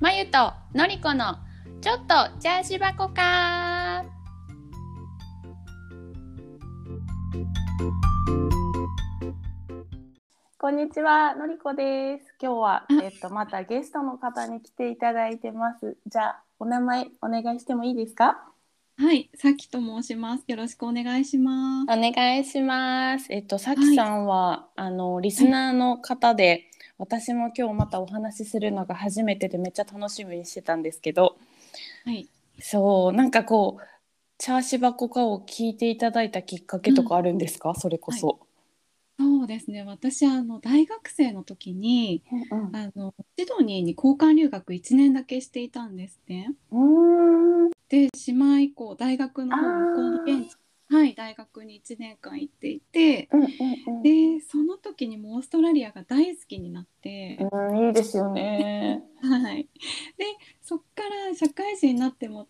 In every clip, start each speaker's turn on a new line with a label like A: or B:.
A: まゆとのりこのちょっとチャージ箱か
B: こんにちは、のりこです。今日は
A: あ、
B: えっと、またゲストの方に来ていただいてます。じゃあ、お名前お願いしてもいいですか。
C: はい、さきと申します。よろしくお願いします。
B: お願いします。えっと、さきさんは、あの、リスナーの方で。私も今日またお話しするのが初めてでめっちゃ楽しみにしてたんですけど
C: はい、
B: そうなんかこうチャーシバコかを聞いていただいたきっかけとかあるんですか、それこそ、
C: そうですね。私あの大学生の時に
B: うん
C: あのシドニーに交換留学1年だけしていたんですね。
B: うん、うーん
C: で、島以降大学の方向こうの現地はい大学に1年間行っていて、
B: うんうんうん
C: でその時にもうオーストラリアが大好きになって、
B: うんいいですよね
C: はい。で、そっから社会人になっても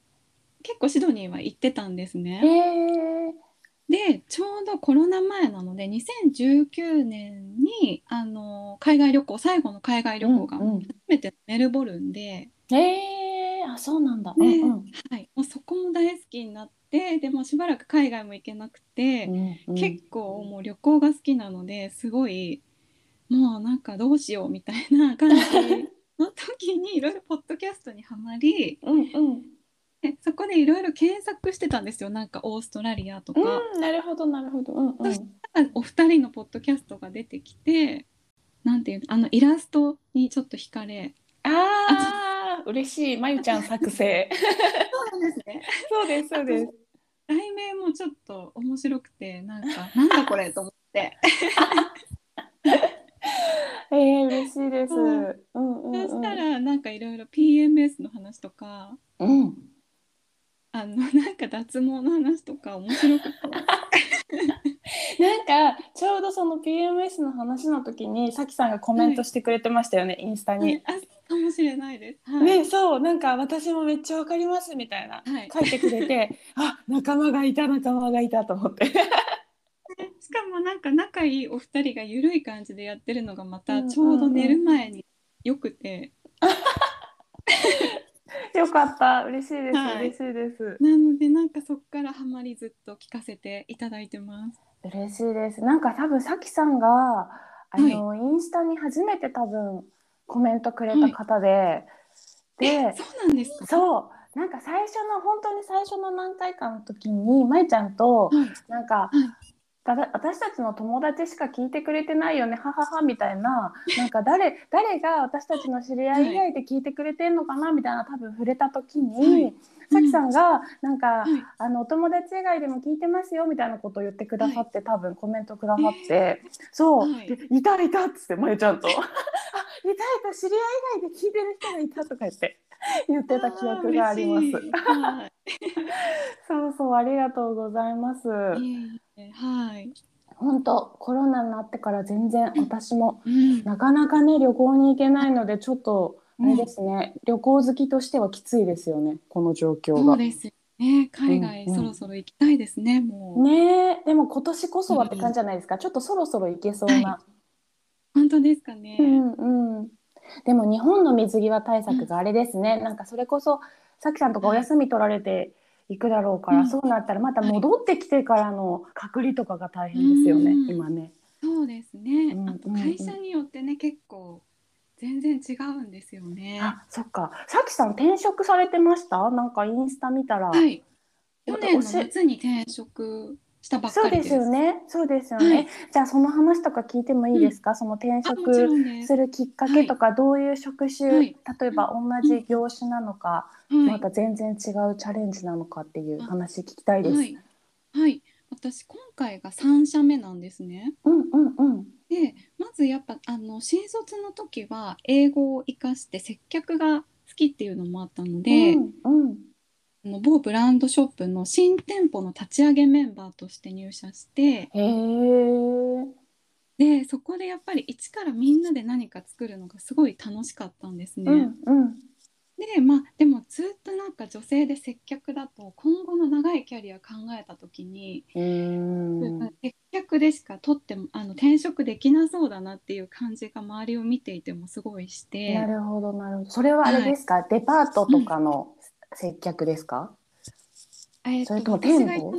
C: 結構シドニーは行ってたんですね。
B: へえ
C: でちょうどコロナ前なので2019年にあの海外旅行最後の海外旅行が
B: うんうん
C: 初めてメルボルンで、
B: えー、あそうなんだ。
C: ね
B: うんうん
C: はい、もうそこも大好きになってでもうしばらく海外も行けなくて、
B: うん
C: 結構もう旅行が好きなのですごいもうなんかどうしようみたいな感じの時にいろいろポッドキャストにはまり
B: うんうん
C: でそこでいろいろ検索してたんですよなんかオーストラリアとか。
B: うんなるほどなるほど。うんうん。
C: お二人のポッドキャストが出てきてなんていうのあのイラストにちょっと惹かれ
B: ああ嬉しいまゆちゃん作成。
C: そうなんですね
B: そうですそうです。
C: 題名もちょっと面白くてなん かなんだこれと思って
B: えー、嬉しいです。う
C: うん
B: んうんうん。
C: そしたらなんかいろいろ PMS の話とか
B: うん。
C: あのなんか脱毛の話とか面白くて
B: なんかちょうどその PMS の話の時にさきさんがコメントしてくれてましたよね、インスタに。
C: あそうかもしれないです。はい
B: ね、そうなんか私もめっちゃわかりますみたいな、
C: はい
B: 書いてくれ てあ仲間がいた仲間がいたと思って
C: しかもなんか仲いいお二人がゆるい感じでやってるのがま
B: う
C: た
B: ん
C: ちょうど寝る前によくて、
B: よかった嬉しいです、
C: はい
B: 嬉しいです
C: なのでなんかそっからハマりずっと聞かせていただいてます。
B: 嬉しいです。なんか多分さきさんがあの、インスタに初めて多分コメントくれた方で、で
C: そうなんですか。
B: そうなんか最初の本当に最初の何回かの時にまいちゃんと
C: はい
B: なんか、
C: い
B: ただ私たちの友達しか聞いてくれてないよねはははみたいななんか誰 誰が私たちの知り合い以外で聞いてくれてんのかなみたいな多分触れた時
C: はい
B: に、さきさんがなんか、
C: はい
B: あのお友達以外でも聞いてますよみたいなことを言ってくださって、多分コメントくださって、そう、
C: はい
B: でいたいたっつってまゆちゃんと あいたいた知り合い以外で聞いてる人がいたとか言って言ってた記憶があります
C: あー嬉しいは
B: そうそうありがとうございます
C: い。いえいえはい。
B: 本当コロナになってから全然私も
C: うん
B: なかなかね旅行に行けないのでちょっとあれですね、旅行好きとしてはきついですよねこの状況
C: そ
B: が
C: う。ですよね。海外
B: うんうん
C: そろそろ行きたいですね。もう、
B: ねえでも今年こそはって感じじゃないですか、ちょっとそろそろ行けそうな。
C: は本当ですかね。
B: うんうん、でも日本の水際対策があれですね、なんかそれこそさきさんとかお休み取られていくだろうから、
C: うん
B: そうなったらまた戻ってきてからの隔離とかが大変ですよね、
C: うん
B: 今ね。
C: そうですね。
B: うんうんうん
C: あと会社によってね結構全然違うんですよね。は
B: あそっかさきさん転職されてましたなんかインスタ見たら、
C: い。去年の
B: おし
C: 夏に転職したばっ
B: そ
C: か
B: う
C: り
B: で
C: です。
B: すよねそうですよね、
C: はい
B: じゃあその話とか聞いてもいいですか、その転
C: あもちろ
B: 職
C: んです。
B: するきっかけとか、どういう職種、
C: はい
B: 例えば同じ業種なのか、
C: は
B: また全然違うチャレンジなのかっていう話聞きたい
C: い。
B: です。
C: はい。はい。私今回が三社目なんですね。
B: うんうんうん。
C: でまずやっぱあの新卒の時は英語を生かして接客が好きっていうのもあったので、
B: うんうん
C: あの某ブランドショップの新店舗の立ち上げメンバーとして入社して
B: へえ。
C: でそこでやっぱり一からみんなで何か作るのがすごい楽しかったんですね。
B: うんうん。
C: でまあでもずっとなんか女性で接客だと今後の長いキャリア考えた時に、
B: うん。
C: 接客でしか取ってもあの転職できなそうだなっていう感じが周りを見ていてもすごいして
B: なるほどなるほどそれはあれですか、デパートとかの接客ですか、
C: えー
B: そ
C: と
B: れとも
C: 私
B: 店
C: が
B: 舗
C: 行った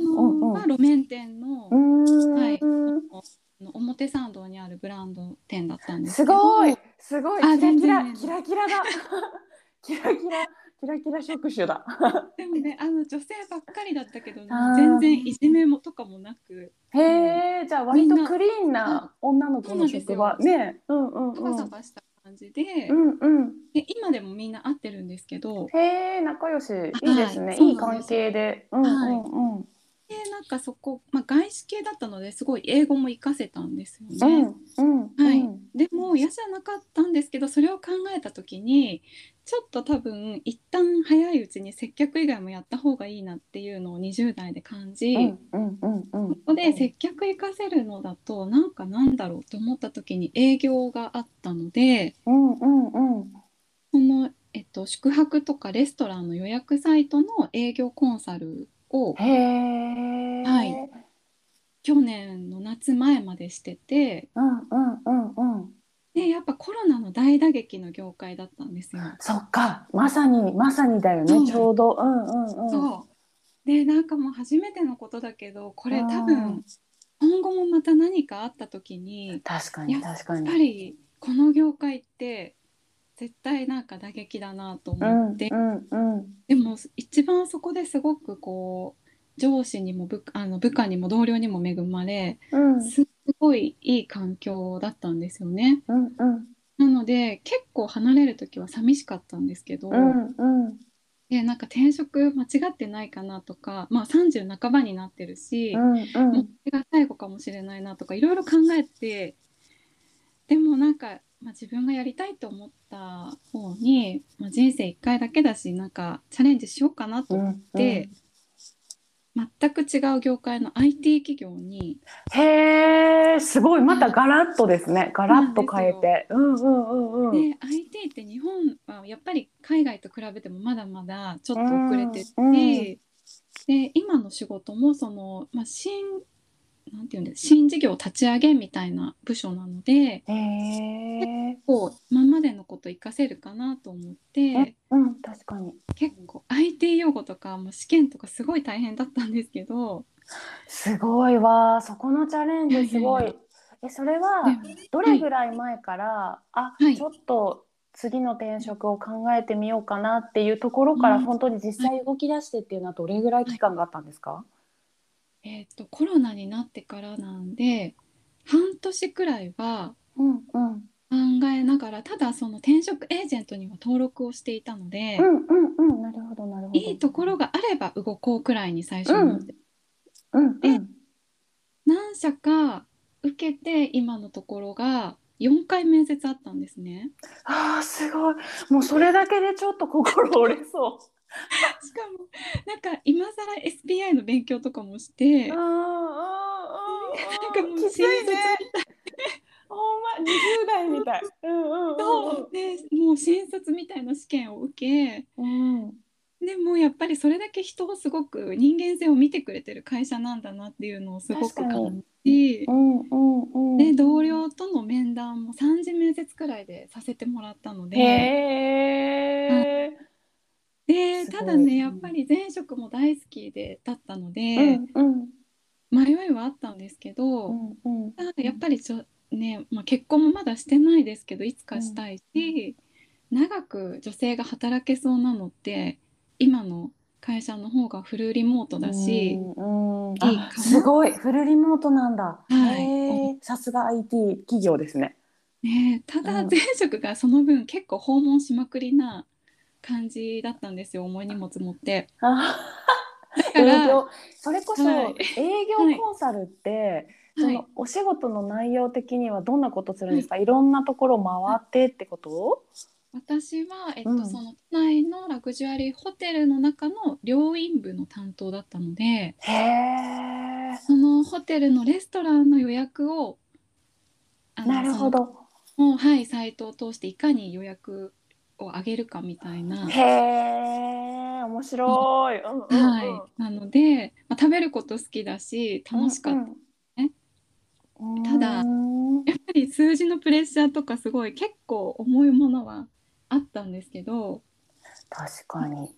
B: う
C: のは路面店の,、
B: うーん、
C: はいの表参道にあるブランド店だったんです
B: す
C: けど
B: ごいすごい
C: あ全
B: キラ
C: 然
B: キラキラキラだ キラキラキラキラ職種だ
C: でもねあの女性ばっかりだったけど、ね
B: あー、
C: 全然いじめもとかもなく
B: へえじゃあ割と
C: みんな
B: クリーンな女の子の職場
C: そうなんです
B: ねうんう
C: よ
B: んう
C: サバサ
B: ん
C: バした感じで,、
B: うんうん
C: で今でもみんな会ってるんですけど
B: へえ仲良しいいですね、
C: はい
B: い、い
C: そうなん
B: 関
C: です
B: 係でうんうんうん
C: でなんかそこ、まあ、外資系だったのですごい英語も活かせたんですよね。
B: うんうんうん
C: はいでも嫌じゃなかったんですけどそれを考えた時にちょっと多分一旦早いうちに接客以外もやった方がいいなっていうのを20代で感じ、
B: うんうんうんうん
C: ここで接客活かせるのだとなんかなんだろうと思った時に営業があったので
B: うんうんうん
C: その、えっと、宿泊とかレストランの予約サイトの営業コンサルを
B: へえ
C: はい去年の夏前までしてて
B: うんうんうんうん
C: でやっぱコロナの大打撃の業界だったんですよ。
B: そっかまさにまさにだよ
C: そう
B: ねちょうどうんうんうん
C: そうでなんかもう初めてのことだけどこれ多
B: うん
C: 分今後もまた何かあった時に
B: 確かに確か
C: やっぱ
B: に
C: りこの業界って絶対なんか打撃だなと
B: うん
C: 思って、
B: うんうん
C: でも一番そこですごくこう上司にも部あの部下にも同僚にも恵まれ
B: うん
C: すごいいい環境だったんですよね。
B: うんうん
C: なので結構離れる時は寂しかったんですけど、
B: うんうん
C: でなんか転職間違ってないかなとか、まあ、30半ばになってるし。
B: うんう
C: もうんこれが最後かもしれないなとかいろいろ考えてでもなんか、まあ、自分がやりたいと思った方に、まあ、人生一回だけだしなんかチャレンジしようかなと
B: う
C: 思っ
B: ん
C: て、全く違う業界の IT 企業に
B: へえすごいまたガラッとですねガラッと変えてうんうんうんうん
C: で IT って日本はやっぱり海外と比べてもまだまだちょっと遅れてて、
B: うんうん
C: で今の仕事もその、まあ、新なんていうんです新事業を立ち上げみたいな部署なので。
B: へえ
C: こう今までのこと活かせるかなと思って
B: うん確かに
C: 結構 IT 用語とかもう試験とかすごい大変だったんですけど
B: すごいわそこのチャレンジすご
C: いや
B: いえそれは
C: で
B: どれぐらい前から、あ、
C: はい
B: ちょっと次の転職を考えてみようかなっていうところから
C: うん
B: 本当に実際動き出してっていうのはどれぐらい期間があったんですか、
C: えー、とコロナになってからなんで半年くらいは
B: うんうん
C: 考えながらただその転職エージェントには登録をしていたので、
B: うんうんうんなるほどなるほど
C: いいところがあれば動こうくらいに最初
B: うん
C: 思って、
B: うんうん
C: で何社か受けて今のところが4回面接あったんですね。
B: あーすごいもうそれだけでちょっと心折れそ
C: しかもなんか今更 SPI の勉強とかもして
B: ううんうんうんうん
C: なんかもう
B: きついねほんま20代みたいうんうん
C: そうでもう新卒みたいな試験を受け
B: うんうん
C: でもうやっぱりそれだけ人をすごく人間性を見てくれてる会社なんだなっていうのをすご
B: 確
C: く
B: かに
C: 感じ
B: うんうんうん
C: で同僚との面談も3次面接くらいでさせてもらったので
B: へえ
C: です
B: ごい
C: ただねやっぱり前職も大好きでだったので
B: うんうん
C: 迷いはあったんですけど、
B: うんうん
C: ただやっぱりちょ、ねまあ、結婚もまだしてないですけどいつかしたいし、長く女性が働けそうなのって今の会社の方がフルリモートだし、
B: うんうん
C: いいか
B: あ
C: な
B: すごいフルリモートなんだ、
C: はい
B: へえさすが IT 企業ですね
C: ねえ、ただ
B: うん
C: 前職がその分結構訪問しまくりな感じだったんですよ重い荷物持って。
B: あ
C: だか
B: 営
C: ら、は
B: 業それこそ、
C: はい
B: 営業コンサルって、そ
C: い
B: のお仕事の内容的にはどんなことするんですか、い、ろんなところ回ってってこと、
C: 私は、えっと
B: うん
C: その都内のラグジュアリーホテルの中の料飲部の担当だったので。
B: へえ
C: そのホテルのレストランの予約をあの
B: なるほど
C: そのもうはいサイトを通していかに予約を上げるかみたいな、
B: へえ面白い、うんうんうん
C: はい、なので、まあ、食べること好きだし楽しかった、
B: うんうん
C: ただ
B: うん
C: やっぱり数字のプレッシャーとかすごい結構重いものはあったんですけど
B: 確かに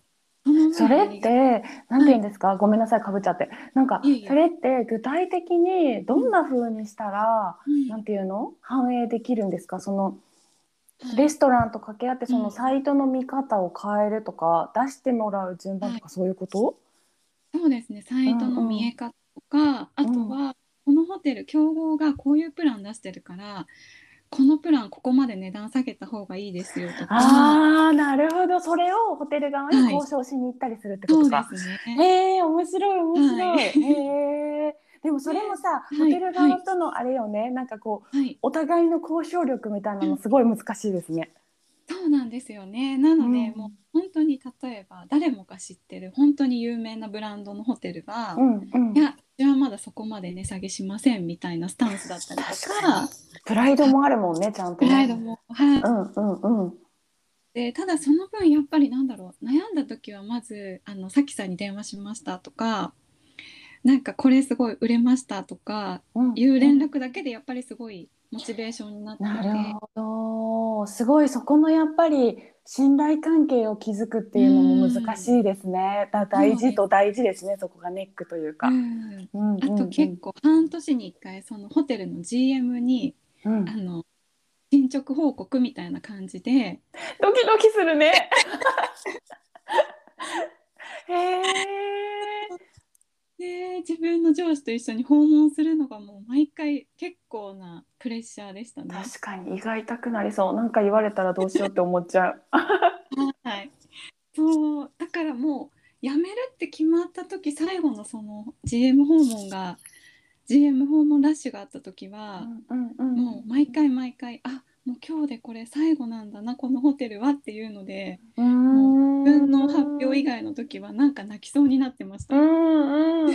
C: その
B: それ
C: 前
B: っ
C: に
B: て何て言うんですか、ごめんなさいかぶっちゃってなんか
C: いえいえ
B: それって具体的にどんな風にしたら、
C: うん
B: なんていうの反映できるんですかその
C: はい
B: レストランと掛け合ってそうの
C: ん
B: サイトの見方を変えるとか、出してもらう順番とかそういうこと、
C: そうですねサイトの見え方とか、あとはこのホテル競合がこういうプラン出してるからこのプランここまで値段下げた方がいいですよとか
B: ああなるほどそれをホテル側に交渉しに行ったりするってこ
C: そ
B: と
C: う
B: か。
C: ですね。
B: へえ面白い面白い。
C: はい
B: へえでもそれもさ、
C: い
B: ホテル側とのあれよね、なんかこう
C: はい、
B: お互いの交渉力みたいなのすごい難しいですね。
C: そうなんですよね。なので、
B: うん
C: もう本当に例えば誰もが知ってる本当に有名なブランドのホテルが、
B: うんうん
C: い。やうちはまだそこまで値下げしませんみたいなスタンスだったりと
B: 確かに
C: か
B: プライドもあるもんねちゃんと
C: プ
B: ね。
C: ライドも、はい
B: うんうんうん。
C: でただその分やっぱりなんだろう悩んだ時はまずあのさきさんに電話しましたとかなんかこれすごい売れましたとか
B: うん
C: いう連絡だけでやっぱりすごいモチベーションになってて
B: なるほどすごいそこのやっぱり信頼関係を築くっていうのも難しいですね。だ大事と大事ですねそこがネックというか。
C: うん
B: うんうん
C: あと結構半年に1回そのホテルの GM に
B: うんうん
C: あの進捗報告みたいな感じで
B: ドキドキする ね。へえ。
C: で自分の上司と一緒に訪問するのがもう毎回結構なプレッシャーでしたね。
B: 確かに胃が痛くなりそう。なんか言われたらどうしようって思っちゃう。
C: はい、そうだからもう辞めるって決まった時最後のその GM 訪問が GM 訪問ラッシュがあった時は、
B: うんうんうん
C: もう毎回毎回あもう今日でこれ最後なんだなこのホテルはっていうので
B: うーん
C: 自分の発表以外の時はなんか泣きそうになってまし
B: う
C: た。
B: んうん うん。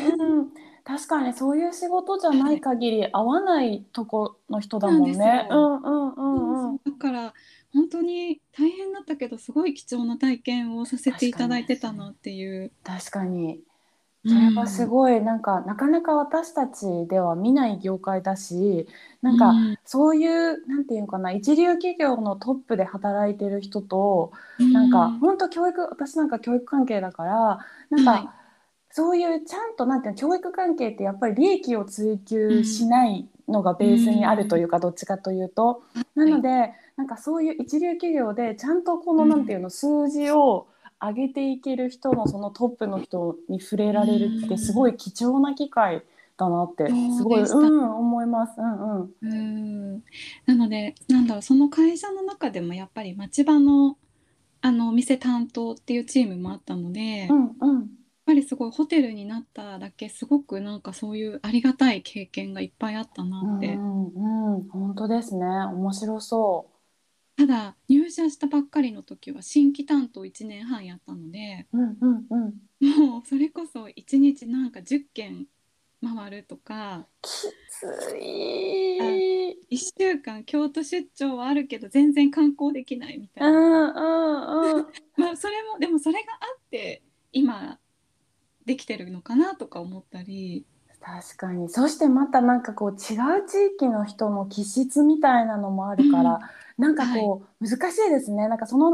B: 確かにそういう仕事じゃない限り合わないとこの人だもん
C: そうなん
B: ね
C: で。す
B: う
C: よ
B: んうんうんうん。
C: だから本当に大変だったけどすごい貴重な体験をさせていただいてたなっていう。
B: 確かに。それはすごいなんかなかなか私たちでは見ない業界だし、なんか
C: うん
B: そういうなんていうのかな一流企業のトップで働いてる人となん
C: う
B: か本当教育私なんか教育関係だからなんか、
C: はい
B: そういうちゃんとなんていうの教育関係ってやっぱり利益を追求しないのがベースにあるというか、どっちかというと、
C: い
B: なのでなんかそういう一流企業でちゃんとこの
C: うん
B: なんていうの数字を上げていける人のそのトップの人に触れられるってすごい貴重な機会だなって
C: ん
B: すごい、
C: そうでした
B: うん、思います。うんうん
C: うんなのでなんだろうその会社の中でもやっぱり町場のあのお店担当っていうチームもあったので、や
B: う
C: っ
B: んうん
C: ぱりすごいホテルになっただけすごくなんかそういうありがたい経験がいっぱいあった
B: う
C: なっ
B: んう
C: て、
B: んうん、本当ですね。面白そ
C: ただ入社したばっかりの時は新規担当1年半やったので
B: う。うんうんうん。
C: もうそれこそ1日なんか10件回るとか
B: きつい。
C: 1週間京都出張はあるけど全然観光できないみたいうな。
B: んうんうん。
C: まあそれもでもそれがあって今できてるのかなとか思ったり
B: 確かに。そしてまたなんかこう違う地域の人の気質みたいなのもあるから、なんかこう、難しいですね。なんかその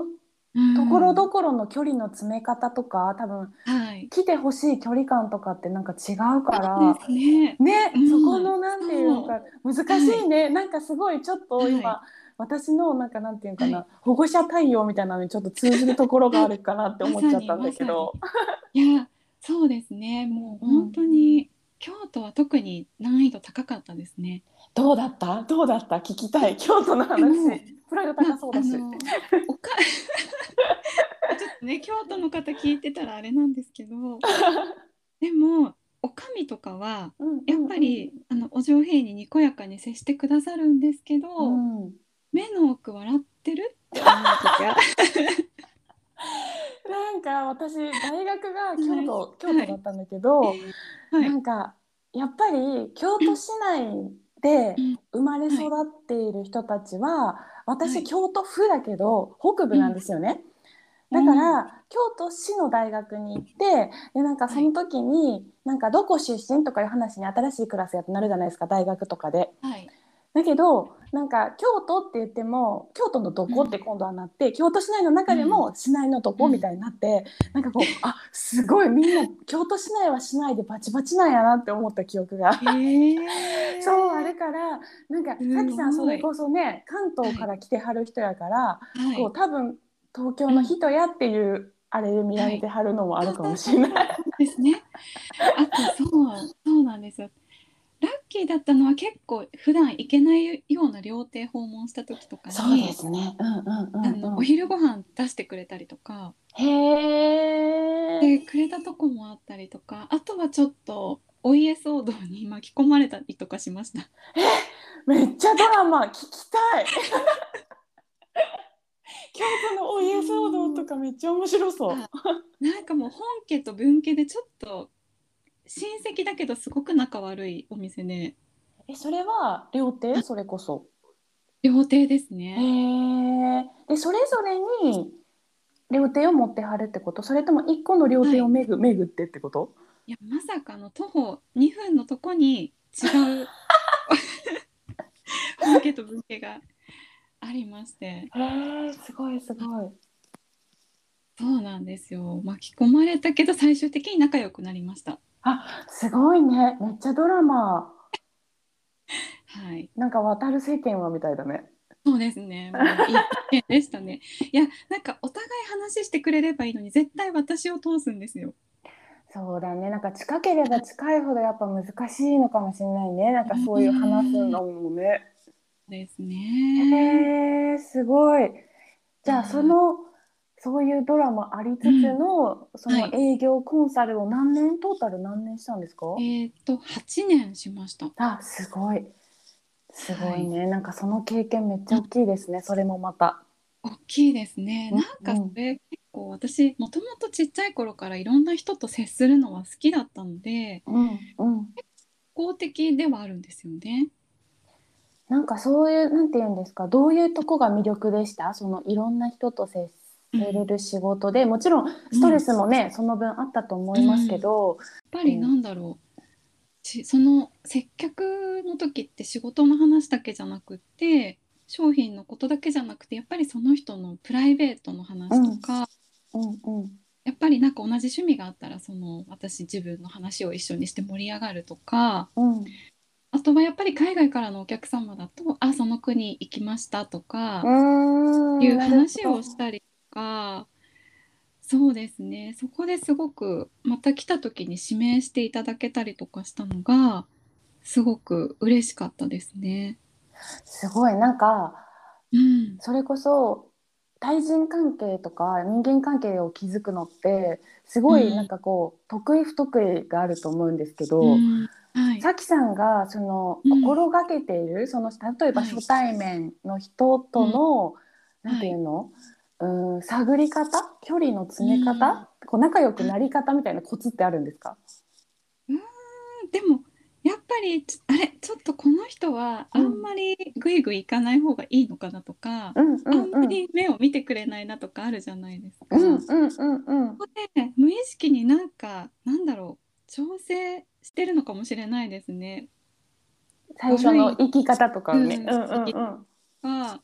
B: ところどころの距離の詰め方とか、多分
C: はい
B: 来てほしい距離感とかってなんか違うから。
C: そうですね
B: ね、
C: うん
B: そこのなんていうのか難しいね、なんかすごいちょっと今、
C: は
B: 私のなんかなんていうのかな、
C: は
B: 保護者対応みたいなのにちょっと通じるところがあるかなって思っちゃったんだけど、
C: いやそうですねもう本当に京都は特に難易度高かったですね。
B: どうだったどうだった聞きたい京都の話、
C: うん
B: プライド高そうだし、
C: まああのおか ちょっとね京都の方聞いてたらあれなんです けどでもおかみとかは
B: うんうんうん
C: やっぱり、あのお上品ににこやかに接してくださるんですけど、
B: うん
C: 目の奥笑って るって思う時が
B: なんか私大学が京都、
C: はい
B: 京都だったんだけど、
C: はい
B: なんかやっぱり京都市内で生まれ育っている人たちは、
C: は
B: 私
C: い
B: 京都府だけど北部なんですよね。だから、京都市の大学に行ってでなんかその時に、なんかどこ出身とかいう話に新しいクラスやってなるじゃないですか大学とかで。
C: はい。
B: だけどなんか京都って言っても京都のどこって今度はなって、京都市内の中でも市内のどこみたいになって、なん かこうあすごいみんな京都市内は市内でバチバチなんやなって思った記憶が。
C: へえ。
B: そうあれからなんかさ
C: うん
B: っきさん
C: す
B: そ
C: ごい
B: れこそね関東から来てはる人やから、
C: はい。
B: こう多分東京の人やっていうあれで見られてはるのもあるかもしれない。
C: そうですね。あとそうそうなんですよ。ラッキーだったのは結構普段行けないような料亭訪問した時とかに、
B: ね。うんうん
C: あのお昼ご飯出してくれたりとか、
B: へえ。
C: でくれたとこもあったりとか、あとはちょっとお家騒動に巻き込まれたりとかしました。
B: めっちゃドラマ聞き たい。京都のお家騒動とかめっちゃ面白そう。
C: なんかもう本家と文家でちょっと親戚だけどすごく仲悪いお店で
B: えそれは料亭それこそ。
C: 料亭です
B: へ
C: ね。
B: え。でそれぞれに料亭を持ってはるってこと？それとも一個の料亭をめぐ、めぐってってこと？
C: いやまさかの徒歩2分のとこに違う 本家と文家がありまして
B: へえすごいすごい。
C: そうなんですよ巻き込まれたけど最終的に仲良くなりました
B: すごいね。めっちゃドラマ。
C: はい
B: なんか渡る世間はみたいだね。
C: そうですねもういい経験でしたねいやなんかお互い話してくれればいいのに絶対私を通すんですよ
B: そうだね。なんか近ければ近いほどやっぱ難しいのかもしれないね。なんかそういう話すのもね。
C: です
B: へ
C: ね
B: えすごい。じゃあそのそういうドラマありつつの、そ
C: は
B: の
C: い
B: 営業コンサルを何年トータル何年したんですか？
C: えーっと8年しました
B: あすごい。すごいね、なんかその経験めっちゃ大きいですね。それもまた。
C: 大きいですね。
B: うん
C: なんかそれ結構私もともとちっちゃい頃からいろんな人と接するのは好きだったので
B: うんうん。
C: 公的ではあるんですよね。
B: なんかそういうなんて言うんですかどういうとこが魅力でしたそのいろんな人と接せれる仕事で、もちろんストレスもね、その分あったと思いますけど、
C: やっぱりなんだろう、しその接客の時って仕事の話だけじゃなくって商品のことだけじゃなくてやっぱりその人のプライベートの話とか、
B: うんうん
C: やっぱりなんか同じ趣味があったらその私自分の話を一緒にして盛り上がるとか。
B: うん
C: あとはやっぱり海外からのお客様だと、あ、その国行きましたとか、
B: うん
C: いう話をしたりとかそうですねそこですごくまた来た時に指名していただけたりとかしたのがすごく嬉しかったですね。
B: すごいなんか
C: うん、
B: それこそ対人関係とか人間関係を築くのってすご
C: うん
B: いなんかこう、得意不得意があると思うんですけど。
C: うんはい、
B: さきさんがその
C: うん
B: 心がけている、その例えば
C: はい
B: 初対面の人との、
C: うん
B: なんていうの、うん探り方距離の詰め方、
C: うん
B: こう仲良くなり方みたいなコツってあるんですか、
C: でもやっぱりちあれちょっとこの人はあんまりグイグイ行かない方がいいのかなとか、
B: うんうん
C: あんま
B: うん
C: り目を見てくれないなとかあるじゃないですか。
B: うん
C: そ
B: うんうんうん
C: こで無意識になんかなんだろう調整してるのかもしれないですね。
B: 最初の生き方とかをね、
C: うん
B: うんうんうん
C: は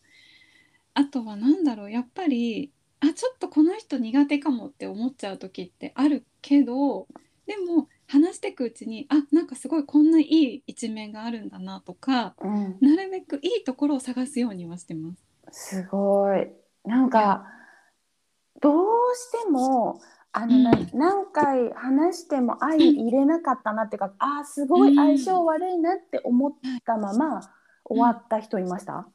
C: あとは何だろうやっぱりあちょっとこの人苦手かもって思っちゃう時ってあるけどでも話してくうちにあなんかすごいこんないい一面があるんだなとか
B: うん、
C: なるべくいいところを探すようにはしてます。
B: すごいなんかどうしてもあの、
C: うん
B: な何回話しても愛入れなかったなっていうか、あーすごい相性悪いなって思ったまま終わった人いました、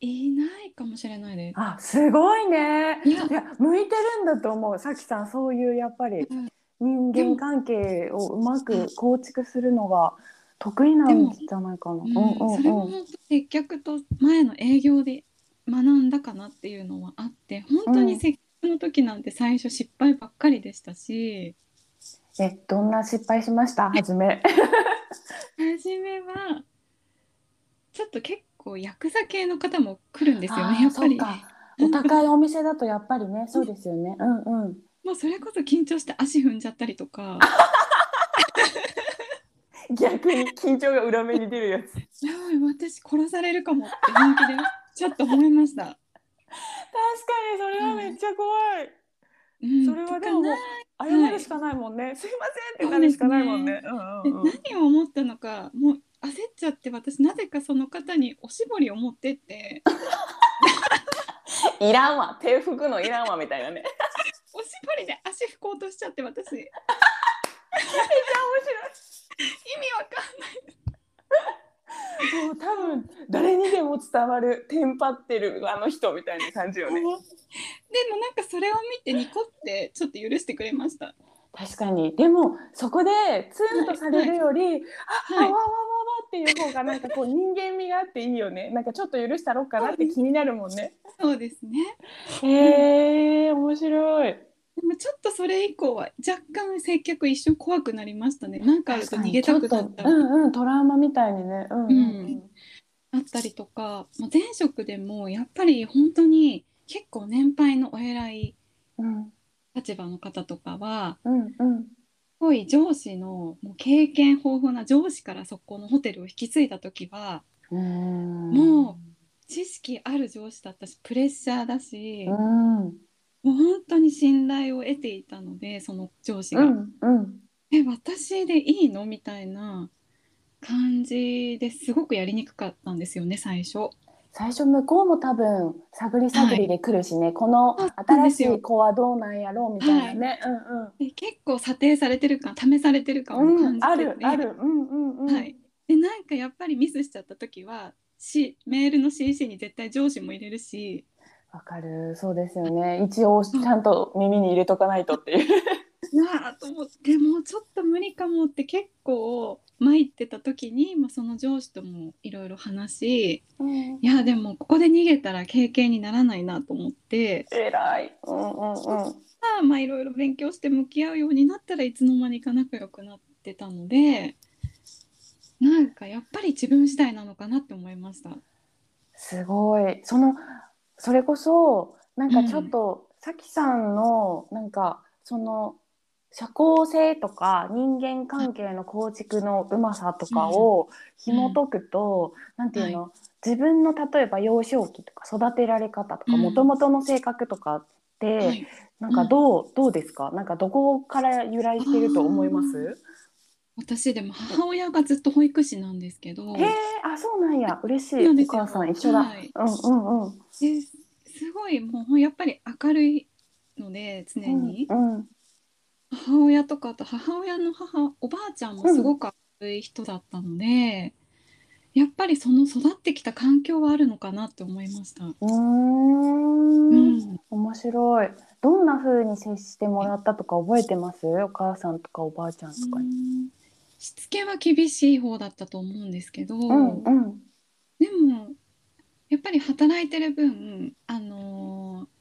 C: いないかもしれないです。
B: あすごいね
C: いや
B: いや向いてるんだと思うさきさんそういうやっぱり
C: うん
B: 人間関係をうまく構築するのが得意なんじゃないかな。う
C: うんん
B: うん
C: それ
B: う
C: も
B: ん
C: 本当接客と前の営業で学んだかなっていうのはあって本当に接客の時なんて最初失敗ばっかりでしたし。
B: えどんな失敗しました初め。
C: 初めはちょっと結構ヤクザ系の方も来るんですよ
B: あ
C: ね
B: ー
C: やっぱり
B: そうかお高いお店だとやっぱりね、そうですよね。うんうん。
C: もうそれこそ緊張して足踏んじゃったりとか
B: 逆に緊張が裏目に出るや つ。
C: やばい私殺されるかもって本気でちょっと思いました。
B: 確かにそれはめっちゃ怖い。
C: うん
B: それはでも
C: とかな
B: 謝るしかないもんね。すいませんってなるしかないもんね。う
C: で
B: んうんうん。
C: 何を思ったのかもう焦っちゃって私なぜかその方におしぼりを持ってって
B: いらんわ、手拭くのいらんわみたいなね。
C: おしぼりで足拭こうとしちゃって私意味わかんない
B: もう多分誰にでも伝わるテンパってるあの人みたいな感じよ
C: で
B: ね
C: もなんかそれを見てニコってちょっと許してくれました。
B: 確かにでもそこでツーンとされるより、あわ
C: はい
B: わわわわっていう方がなんかこう人間味があっていいよねなんかちょっと許したろっかなって気になるもんね
C: そうですね
B: へえー、面白い
C: でもちょっとそれ以降は若干接客一瞬怖くなりましたねなんかあると逃げたくなった
B: ちょっとうんうんトラウマみたいにねうんうんうん
C: あったりとか、まあ、前職でもやっぱり本当に結構年配のお偉い
B: うん
C: 立場の方とかは
B: うんうん
C: すごい上司のもう経験豊富な上司からそこのホテルを引き継いだ時は
B: うん
C: も知識ある上司だったしプレッシャーだし、
B: う
C: も
B: んうん
C: う本当に信頼を得ていたのでその上司
B: う
C: が、
B: んうん
C: え私でいいのみたいな感じですごくやりにくかったんですよね最初。
B: 最初向こうも多分探り探りで来るしね、この
C: そうなん
B: 新
C: で
B: し
C: すよ
B: い子はどうなんやろうみたいなね、
C: で結構査定されてる感試されてる感を
B: うんうん、
C: 感じてて、
B: あるあるうんうんうん、
C: はい、でなんかやっぱりミスしちゃった時はしメールの CC に絶対上司も入れるし
B: わかるそうですよね一応ちゃんと耳に入れとかないとっていう
C: うわあと思ってもうちょっと無理かもって結構参ってた時に、まあ、その上司ともいろいろ話し
B: うん
C: いやでもここで逃げたら経験にならないなと思って
B: 偉いうんうんうん
C: まあまあいろいろ勉強して向き合うようになったらいつの間にか仲良くなってたのでなんかやっぱり自分次第なのかなって思いました。
B: すごいそのそれこそなんかちょっと、さきさんのなんかその社交性とか人間関係の構築のうまさとかを紐解くと、なんていうの、自分の例えば幼少期とか育てられ方とか
C: うん
B: もともとの性格とかって、
C: はい
B: なんかどう、どうですかなんかどこから由来してると思います
C: 私でも母親がずっと保育士なんですけど
B: へえあそうなんや嬉し
C: そうないんで
B: お
C: すよ
B: 母さん一緒だ、
C: はい
B: うんうんうん
C: ですごいもうやっぱり明るいので常に
B: うんうん
C: 母親とかあと母親の母おばあちゃんもすごく明るい人だったので、やっぱりその育ってきた環境はあるのかなって思いました。
B: うー
C: うんん、
B: 面白い。どんな風に接してもらったとか覚えてます？お母さんとかおばあちゃんとかに。
C: しつけは厳しい方だったと思うんですけど、
B: うんうん
C: でもやっぱり働いてる分、あのー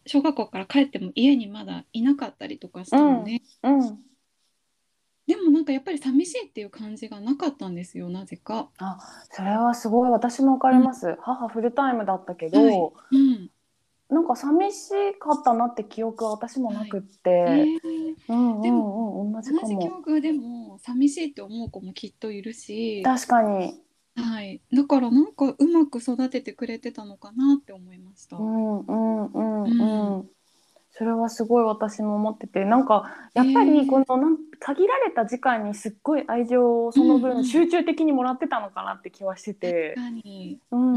C: 小学校から帰っても家にまだいなかったりとかしたので、
B: うん。
C: でもなんかやっぱり寂しいっていう感じがなかったんですよなぜか。
B: それはすごい私もわかります。母フルタイムだったけど、
C: はいうん
B: なんか寂しかったなって記憶は私もなくって、
C: えー
B: うんうん
C: で
B: うん同じか
C: 同じ
B: も。
C: 境遇でも寂しいって思う子もきっといるし、
B: 確かに。
C: はい、だからなんかうまく育ててくれてたのかなって思いました。
B: うんうんうんうん。
C: う
B: それはすごい私も思っててなんかやっぱ
C: え
B: り
C: ー
B: このなん限られた時間にすっごい愛情をその
C: うんう
B: 分
C: ん
B: 集中的にもらってたのかなって気はして
C: 確
B: て、
C: かに、
B: うん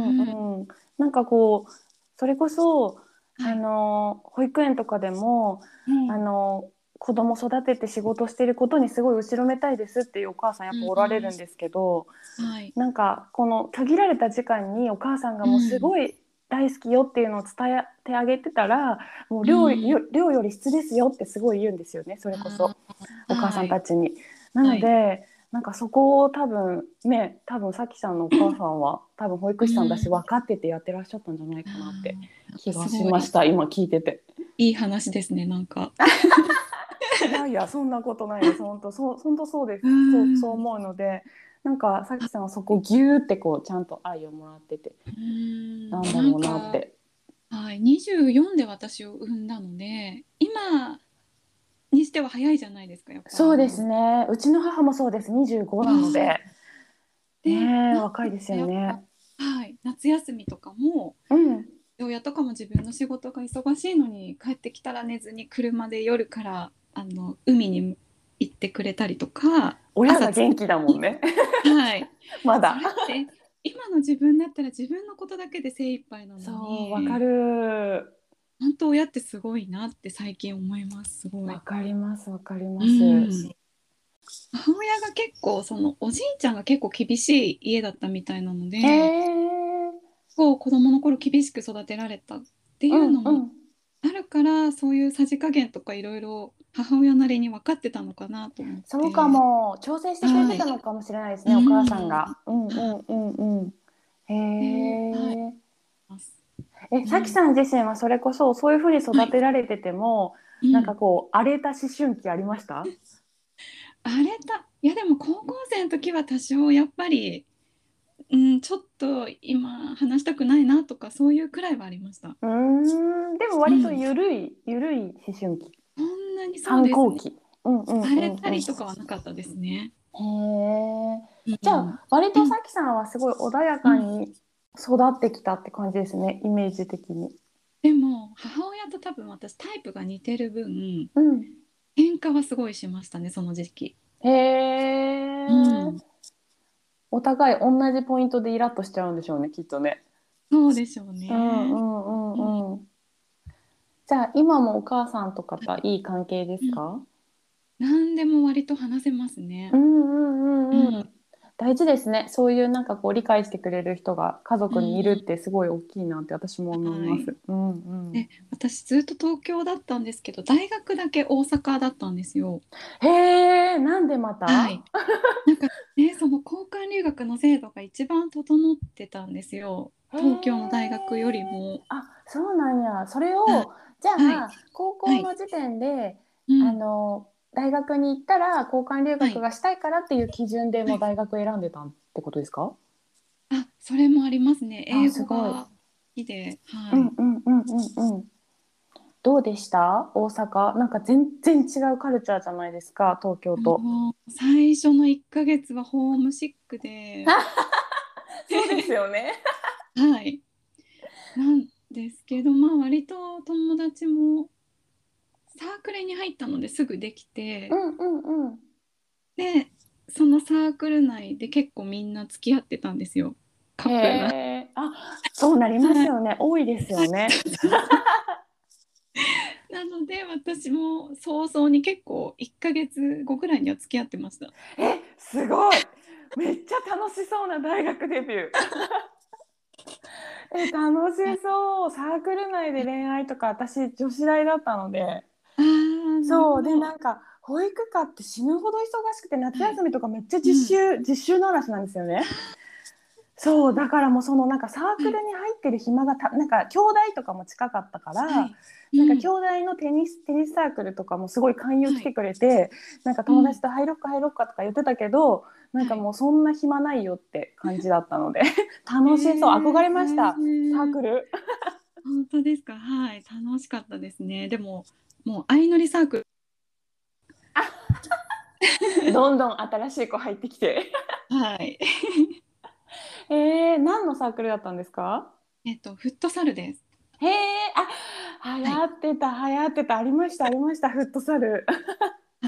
B: うん、なんかこうそれこそ、
C: はい
B: あの保育園とかでも、あの子供育てて仕事してることにすごい後ろめたいですっていうお母さんやっぱおられるんですけど、
C: はい、
B: なんかこの限られた時間にお母さんがもうすごい大好きよっていうのを伝えてあげてたら、もう量,、
C: うん
B: よ量より質ですよってすごい言うんですよねそれこそお母さんた
C: ち、
B: ちに。なので、なんかそこを多分ね多分さきさんのお母さんは多分保育士さんだし
C: うん
B: 分かっててやってらっしゃったんじゃないかなって
C: あー
B: 気がしました今聞いてて。
C: いい話ですねなんか。
B: いやいやそんなことないです本当そう本当そうです、
C: うん
B: そうそう思うのでなんかさきさんはそこギューってこうちゃんと愛をもらってて
C: うん
B: なんだろうなって。
C: かははい、24で私を産んだので今にしては早いじゃないですかやっぱ り
B: そうですねうちの母もそうです25なので
C: で
B: ねえ
C: な
B: 若いですよ
C: や
B: ね
C: っ。ぱはい、夏休みとかも
B: うん
C: 親とかも自分の仕事が忙しいのに帰ってきたら寝ずに車で夜からあの海に行ってくれたりとか、
B: 親が元気だもん ね
C: はい、
B: まだ。
C: それって今の自分だったら自分のことだけで精一杯なのに
B: そうわかる
C: 本当親ってすごいなって最近思いますすごい
B: わ。かりますわかります。
C: うん母親が結構そのおじいちゃんが結構厳しい家だったみたいなので、
B: えー、
C: こう子供の頃厳しく育てられたっていううんの
B: う
C: も
B: ん
C: あるから、そういうさじ加減とかいろいろ母親なりに分かってたのかなと思って
B: そうかも調整してくれてたのかもしれないですね、
C: はい
B: お母さんが。うんうんうんうん。へえ。え、さきさん自身はそれこそそういうふうに育てられてても、
C: うん
B: なんかこう荒れた思春期ありました？
C: あれだいやでも高校生の時は多少やっぱり、うん、ちょっと今話したくないなとかそういうくらいはありました。
B: うーん。でも割とゆるい、ゆるい思春期、
C: こんなにそう
B: 反
C: です
B: 抗
C: ね
B: 期。うんうんうんうん
C: されたりとかはなかったですね。
B: へえ。じゃ
C: うん
B: あ割とさきさんはすごい穏やかに育ってきたって感じですね、イメージ的に。
C: でも母親と多分私タイプが似てる分
B: うん。
C: 喧嘩はすごいしましたねその時期。
B: へえ、
C: うん
B: お互い同じポイントでイラッとしちゃうんでしょうねきっとね。
C: そうでしょうね。
B: うんうんうんうん。じゃあ今もお母さんとかとはいい関係ですか？
C: 何でも割と話せますね
B: う。んうんうんう。
C: うん
B: 大事ですね。そういうなんかこう理解してくれる人が家族にいるってすごい大きいなって私も思います。うんうん。
C: ね私ずっと東京だったんですけど大学だけ大阪だったんですよ。
B: へえ、なんでまた？
C: はい。なんかねその交換留学の制度が一番整ってたんですよ。東京の大学よりも。
B: あ、そうなんや。それを
C: はい
B: じゃあ、
C: は
B: 高校の時点で、
C: うん
B: あの大学に行ったら交換留学がしたいからっていう基準でもう大学選んでたってことですか？
C: あそれもありますね。
B: あ
C: 英
B: す
C: 語
B: ごい
C: が好きで。はい。
B: うんうんうんうんうん。どうでした？大阪なんか全然違うカルチャーじゃないですか東京と。
C: もう最初の1ヶ月はホームシックで、
B: そうですよね。
C: はい、なんですけど、まあ割と友達もサークルに入ったのですぐできて
B: う、んうんうん。
C: でそのサークル内で結構みんな付き合ってたんですよカップルが。
B: へえ。あ、そうなりますよね。多いですよね。
C: なので私も早々に結構1ヶ月後くらいには付き合ってました。
B: え、すごい。めっちゃ楽しそうな大学デビュー。え、楽しそう。サークル内で恋愛とか、私女子大だったので。
C: あー
B: そう
C: な
B: で
C: るほど
B: なんか保育課って死ぬほど忙しくて夏休みとかめっちゃ実習、実習の嵐なんですよね。そうだからもうそのなんかサークルに入ってる暇がたなんか兄弟とかも近かったから、
C: はい
B: なんか
C: うん
B: 兄弟のテニステニスサークルとかもすごい勧誘来てくれて、なんか友達と入ろっか入ろっかとか言ってたけど、なんかもうそんな暇ないよって感じだったので 楽しそう憧れま した、
C: えー
B: サークル。
C: 本当ですか。はい、楽しかったですね。でも、もう相乗りサークル。
B: どんどん新しい子入ってきて。
C: はい。
B: えー、何のサークルだったんですか
C: えっと、フットサルです。
B: へえ、あ、流行ってた、流行ってた、ありました、ありました、フットサル。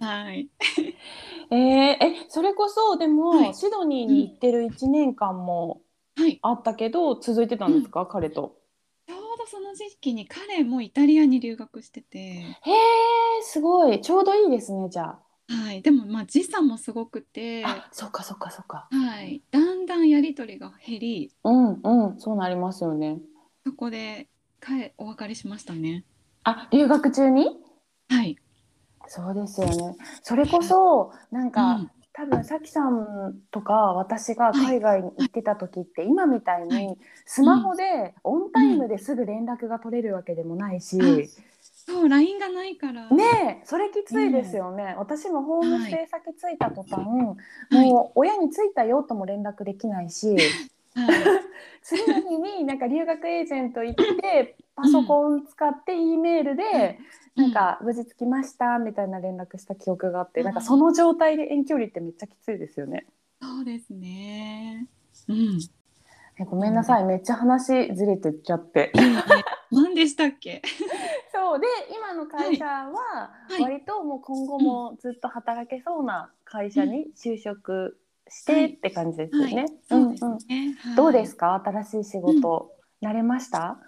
C: はい。
B: えー、え、それこそ、でも、
C: はい
B: シドニーに行ってる一年間も
C: はい。
B: あったけど、続いてたんですか、彼と。
C: ちょうどその時期に彼もイタリアに留学してて。
B: へえ、すごい、ちょうどいいですね、じゃあ。
C: はい。でも、まあ、時差もすごくて。は
B: あ、そっか、そっか、そっか。
C: い。だんだんやりとりが減り。
B: うん、うん、そうなりますよね。
C: そこで、彼、お別れしましたね。
B: あ、留学中に。
C: はい。
B: そうですよね。それこそ、なんか。
C: うん
B: 多分さきさんとか私が海外に行ってた時って今みたい
C: は
B: にスマホでオンタイムですぐ連絡が取れるわけでもないし、
C: うんそう、ラインがないから。
B: ねえそれきついですよね、私もホームステイ先着いた途端、
C: はい
B: もう親に着いたよとも連 絡できないし、
C: はい。
B: 次の日になんか留学エージェント行ってパソコン使って E メールで、なんか無事着きましたみたいな連絡した記憶があって、
C: うん
B: なんかその状態で遠距離ってめっちゃきついですよね。
C: そうですね。うん。
B: えごめんなさい、めっちゃ話ずれてっちゃって。
C: 何でしたっけ？
B: そうで今の会社は
C: はい
B: 割ともう今後もずっと働けそうな会社に就職してって感じですよね。
C: そうです
B: んん
C: ね。はい
B: どうですか新しい仕事、慣れました？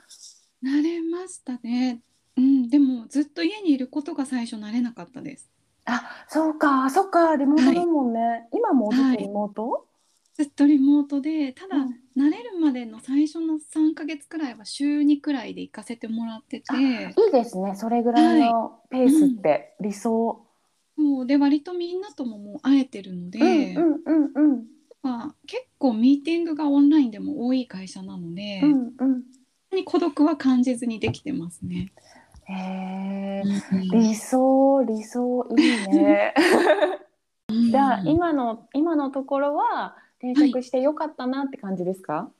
C: 慣れましたね。うん、でもずっと家にいることが最初慣れなかったです。
B: あそうかそっかリモートだもんね。今もずっとリモート？
C: ずっとリモートで、ただ、
B: うん
C: 慣れるまでの最初の3ヶ月くらいは週2くらいで行かせてもらってて、
B: いいですねそれぐらいのペースって理想。
C: もうで割とみんなとももう会えてるので、
B: うんうんうんうん
C: まあ、結構ミーティングがオンラインでも多い会社なので、
B: うんうん。
C: 本当に孤独は感じずにできてますね。
B: へえ
C: うん
B: 理想理想いいね。じゃあ
C: うん
B: 今の今のところは転職してよかったなって感じですか？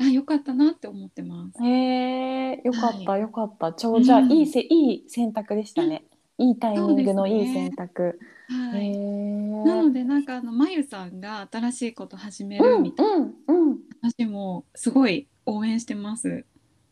C: あよかったなって思ってます。
B: へえよかった、
C: は
B: よかった。ちょ
C: う
B: うんじゃあ、いいせいい選択でしたね。いいタイミングの
C: そう
B: い
C: です
B: い
C: ね
B: 選択。
C: は
B: へ
C: い、
B: え。
C: なのでなんかあのまゆさんが新しいこと始め
B: う
C: る
B: ん
C: みたい
B: うんうん。
C: な話もすごい応援してます。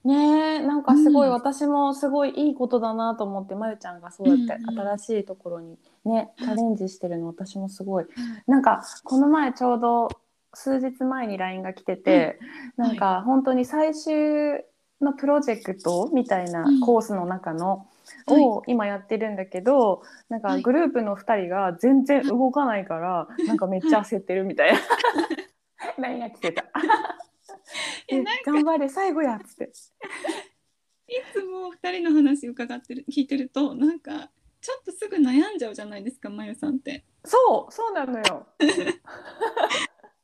B: ねえなんかすごい、
C: うん
B: 私もすごいいいことだなと思ってまゆちゃんがそうやって
C: うんうん
B: 新しいところにねチャレンジしてるの私もすごい
C: はい
B: なんかこの前ちょうど数日前に LINE が来てて、
C: うん
B: なんか本当に最終のプロジェクトみたいな
C: うん
B: コースの中の
C: はい
B: を今やってるんだけど、なんか
C: はい
B: グループの2人が全然動かないから、 なんかめっちゃ焦ってるみたいな LINE が来てた。
C: え
B: え
C: なんか
B: 頑張れ最後やっつって。
C: いつも二人の話伺ってる聞いてるとなんかちょっとすぐ悩んじゃうじゃないですかまゆさんって。
B: そうそうなのよ。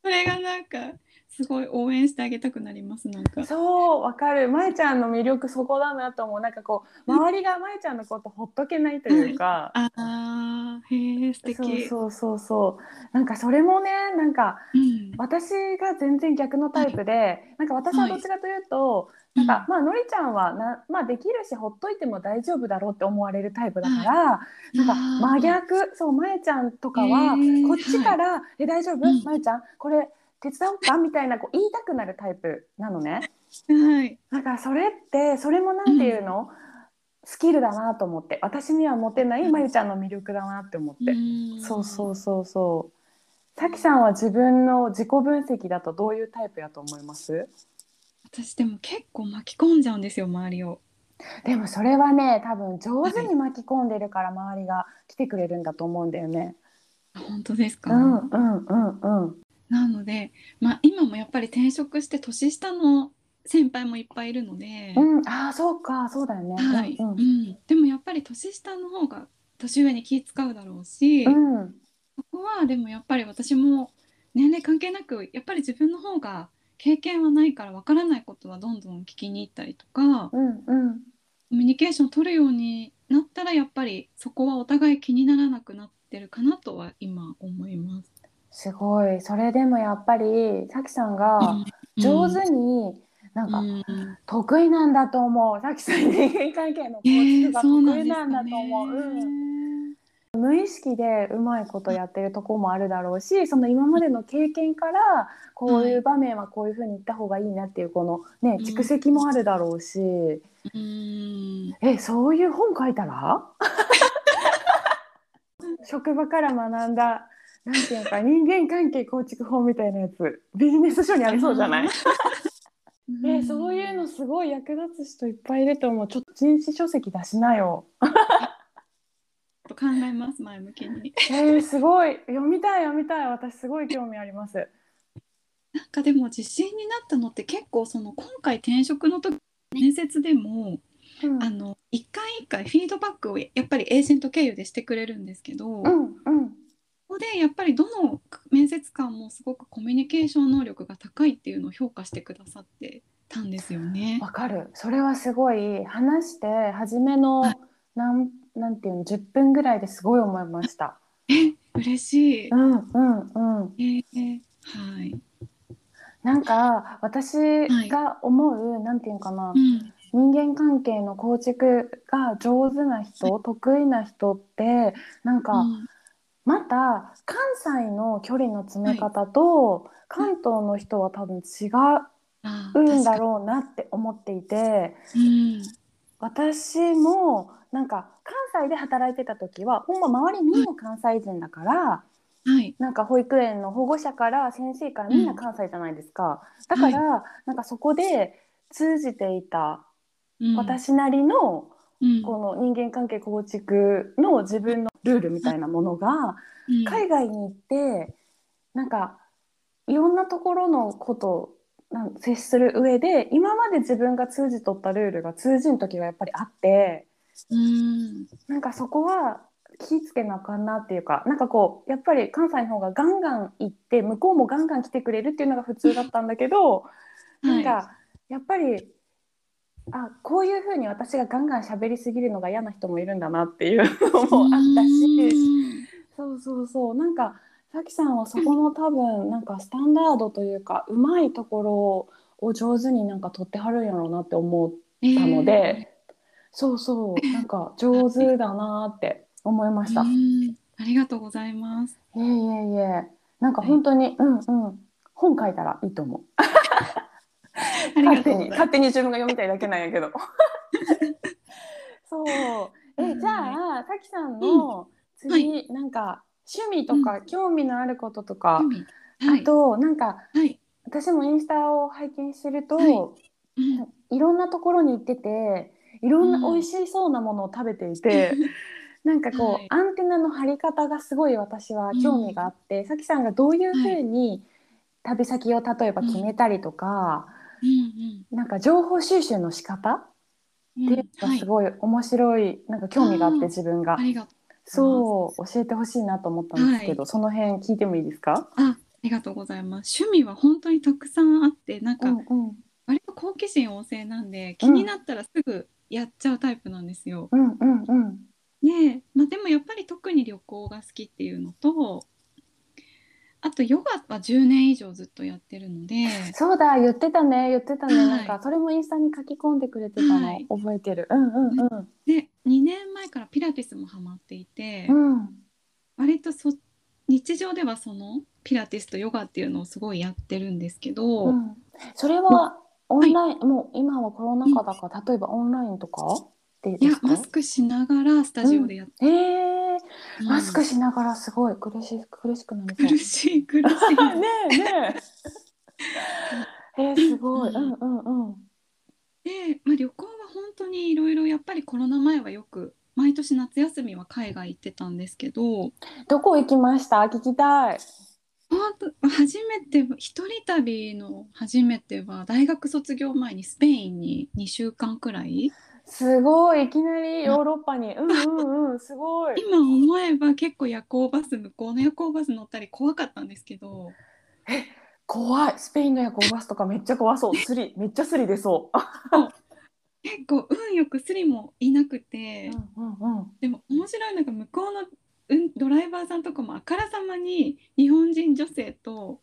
C: それがなんかすごい応援してあげたくなりますなんか。
B: そうわかるまえちゃんの魅力そこだなと思うなんかこう周りがまえちゃんのことほっとけないというか。
C: ああーへえ素敵。
B: そうそうそうそうなんかそれもねなんか
C: うん
B: 私が全然逆のタイプで、なんか私はどちらというと、
C: うん
B: なんかまあのりちゃんはな、まあ、できるしほっといても大丈夫だろうって思われるタイプだから、なんか真逆そうまえちゃんとかは、
C: へー
B: こっちから「え大丈夫
C: うん
B: まえちゃんこれ手伝おうか?」みたいなこう言いたくなるタイプなのね。
C: はい。
B: だからそれってそれもなんていうの、スキルだなと思って私には持てないまゆちゃんの魅力だなって思って、そうそうそうそうさきさんは自分の自己分析だとどういうタイプやと思います
C: 私でも結構巻き込んじゃうんですよ周りを。
B: でもそれはね多分上手に巻き込んでるから周りが来てくれるんだと思うんだよね。
C: あ本当です
B: う
C: か、
B: んうんうんうん。
C: なので、まあ、今もやっぱり転職して年下の先輩もいっぱいいるので、
B: うん、ああそうかそうだよね。
C: はい
B: うん
C: う、んでもやっぱり年下の方が年上に気使うだろうし、
B: うん
C: そこはでもやっぱり私も年齢関係なくやっぱり自分の方が経験はないからわからないことはどんどん聞きに行ったりとか
B: うんうん
C: コミュニケーション取るようになったらやっぱりそこはお互い気にならなくなってるかなとは今思います。
B: すごいそれでもやっぱりさきさんが
C: うん
B: 上手になんか
C: うん
B: 得意なんだと思う。さきさん人間関係の構築が得意なんだと思う。うん無意識でうまいことやってるとこもあるだろうし、その今までの経験からこういう場面はこういうふうに言った方がいいなっていうこのね
C: うん
B: 蓄積もあるだろうし、
C: うん
B: えそういう本書いた ら？職場から学んだ。なんていうか人間関係構築法みたいなやつビジネス書にありそうじゃ ないね、そういうのすごい役立つ人いっぱいいると思う。ちょっと人種書籍出しなよ。
C: と考えます前向きに。
B: えー、すごい読みたい読みたい。私すごい興味あります。
C: なんかでも自信になったのって結構その今回転職の時面接でも
B: うん、
C: あの一回一回フィードバックをやっぱりエージェント経由でしてくれるんですけど、
B: う
C: こ
B: んうん。
C: こでやっぱりどの面接官もすごくコミュニケーション能力が高いっていうのを評価してくださってたんですよね。
B: わかる。それはすごい話して初めの
C: はい
B: なんなんていうの10分ぐらいですごい思いました。
C: え嬉しい。
B: うんうんうん。
C: えーはい。
B: なんか私が思う、なんていうかな
C: う。ん。
B: 人間関係の構築が上手な人得意な人ってなんか、また関西の距離の詰め方と、関東の人は多分違うんだろうなって思っていて
C: う。うん
B: 私もなんか関西で働いてた時はほんま周りみんな関西人だから
C: はい。
B: なんか保育園の保護者から先生からみんな関西じゃないですか、だから、なんかそこで通じていた
C: うん、
B: 私なりの
C: うん、
B: この人間関係構築の自分のルールみたいなものが
C: うん
B: 海外に行ってなんかいろんなところのことなん接する上で今まで自分が通じとったルールが通じん時がやっぱりあって
C: うん
B: なんかそこは気ぃつけなあかんなっていうかなんかこうやっぱり関西の方がガンガン行って向こうもガンガン来てくれるっていうのが普通だったんだけど、なん
C: はい
B: かやっぱりあこういうふうに私がガンガン喋りすぎるのが嫌な人もいるんだなっていうのもあったし。
C: うん
B: そうそうそうなんかさきさんはそこの多分なんかスタンダードというかうまいところを上手になんか取ってはるんやろうなって思ったので、そうそうなんか上手だなって思いました。
C: う
B: いえ
C: んありがとうございます。
B: いえいえなんか本当に、うんうん本書いたらいいと思う。
C: ありが
B: 勝
C: と
B: 手
C: うござ
B: に
C: います。
B: 勝手に自分が読みたいだけなんやけど。そうえじゃあさきさんの次、なんか趣味とか興味のあることとか、
C: はい
B: あとなんか
C: はい。
B: 私もインスタを拝見してると、
C: はい
B: い、
C: うん
B: ろんなところに行ってていろんな
C: うん
B: 美味しそうなものを食べてい て、なんかこう、
C: はい
B: アンテナの張り方がすごい私は興味があって、さきさんがどういうふうに旅先を例えば決めたりとか、
C: うん
B: なんか情報収集の仕方っ
C: うん
B: て
C: う
B: いうんの
C: は
B: が
C: い
B: す。ごい面白い、なんか興味があっ
C: あー
B: て自分が
C: ありがとう。
B: そう教えてほしいなと思ったんですけど、
C: は
B: その辺聞いてもいいですか、
C: あ、ありがとうございます。趣味は本当にたくさんあって、なん
B: う
C: か
B: んうん
C: 割と好奇心旺盛なんで、気になったらすぐやっちゃうタイプなんですよ。
B: うんうんうん
C: ねえ、まあでもやっぱり特に旅行が好きっていうのと、あとヨガは10年以上ずっとやってるので、
B: そうだ言ってたね言ってたね、
C: はい
B: なんかそれもインスタに書き込んでくれてたの、
C: はい
B: 覚えてるうんうんうん
C: で2年前からピラティスもハマっていて、
B: うん
C: 割とそ日常ではそのピラティスとヨガっていうのをすごいやってるんですけど、
B: うんそれはオンライン、もう今はコロナ禍だから、例えばオンラインとかで
C: い
B: で
C: や
B: すか
C: マスクしながらスタジオでやって、
B: えー、
C: うん
B: マスクしながらすごい苦し苦しくなり
C: 苦
B: そ
C: しい苦しい
B: う ねえね ええー、すごい、うんうんうん
C: で、まあ、旅行は本当にいろいろやっぱりコロナ前はよく毎年夏休みは海外行ってたんですけど
B: どこ行きました聞きたい
C: 本当初めては一人旅の初めては大学卒業前にスペインに2週間くらい
B: すごいいきなりヨーロッパにうんうんうんすごい
C: 今思えば結構夜行バス向こうの夜行バス乗ったり怖かったんですけど。
B: 怖いスペインの夜行バスとかめっちゃ怖そうスリめっちゃスリ出そう
C: 結構運よくスリもいなくて、
B: うんうん
C: でも面白いのが向こうのうんドライバーさんとかもあからさまに日本人女性と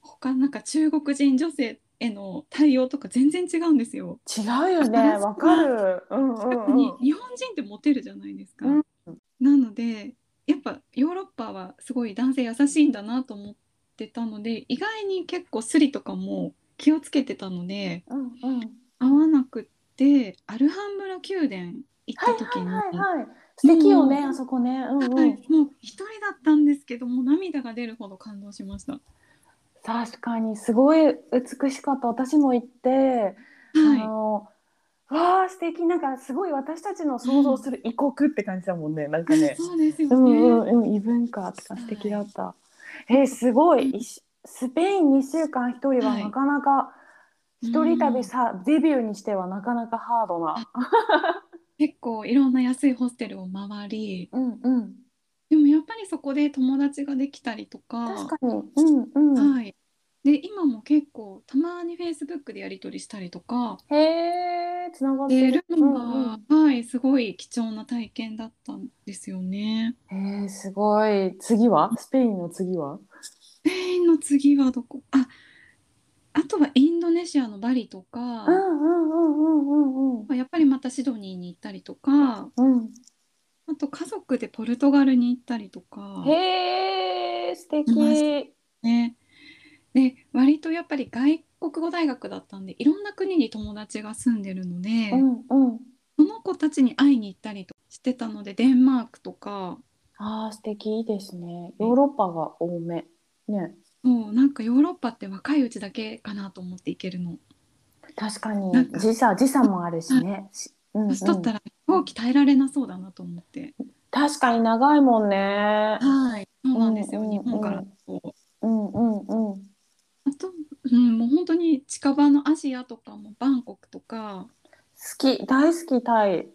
C: 他なんか中国人女性への対応とか全然違うんですよ。
B: 違うよね、
C: 新しい
B: わかる。うんう
C: 特
B: ん
C: に
B: うん。
C: 日本人ってモテるじゃないですか。
B: うん
C: なのでやっぱヨーロッパはすごい男性優しいんだなと思ってたので意外に結構スリとかも気をつけてたので
B: うんうん。
C: 合わなくってアルハンブラ宮殿行った時に。
B: はいはい。素敵よね、
C: うん
B: あそこね。うんう
C: はい、
B: ん。
C: もう一人だったんですけどもう涙が出るほど感動しました。は
B: 確かにすごい美しかった。私も行って、あ
C: い、
B: の。わあ素敵なんかすごい私たちの想像する異国って感じだもんね、なんかね
C: そうですよ
B: う
C: ね。
B: んうんうん異文化とか素敵だった、えーすごいいしスペイン2週間一人はなかなか一人旅さ、デビューにしてはなかなかハードな
C: 結構いろんな安いホステルを回り、
B: うんうん
C: でもやっぱりそこで友達ができたりとか、
B: 確かにうんうん
C: はい。で今も結構たまにフェイスブックでやり取りしたりとか、
B: へえ、つながっ
C: で
B: て
C: る
B: る。
C: のが、はいすごい貴重な体験だったんですよね。
B: うんうん、へえ、すごい。次はスペインの次は
C: スペインの次はどこ？あ、あとはインドネシアのバリとか。
B: うんうんうんうんうんうん
C: たシドニーに行ったりとか
B: うん。
C: あと家族でポルトガルに行ったりとか、
B: へえ、素
C: いま
B: 敵。
C: ね、で割とやっぱり外国語大学だったんでいろんな国に友達が住んでるので、
B: うんうん。
C: その子たちに会いに行ったりとしてたのでデンマークとか
B: ああ、素敵いいですね。ヨーロッパが多め。ね。
C: もうなんかヨーロッパって若いうちだけかなと思って行けるの。
B: 確かに
C: なんか
B: 時差時差もあるしね。しうんうん
C: 年取ったら飛行機耐えられなそうだなと思って。
B: 確かに長いもんね。
C: はい、そうなんですよ、
B: うんうんうん
C: 日本からだと。
B: うんうんうん。
C: あと、うん、もう本当に近場のアジアとかもバンコクとか、
B: 好き大好きタイ。
C: ね、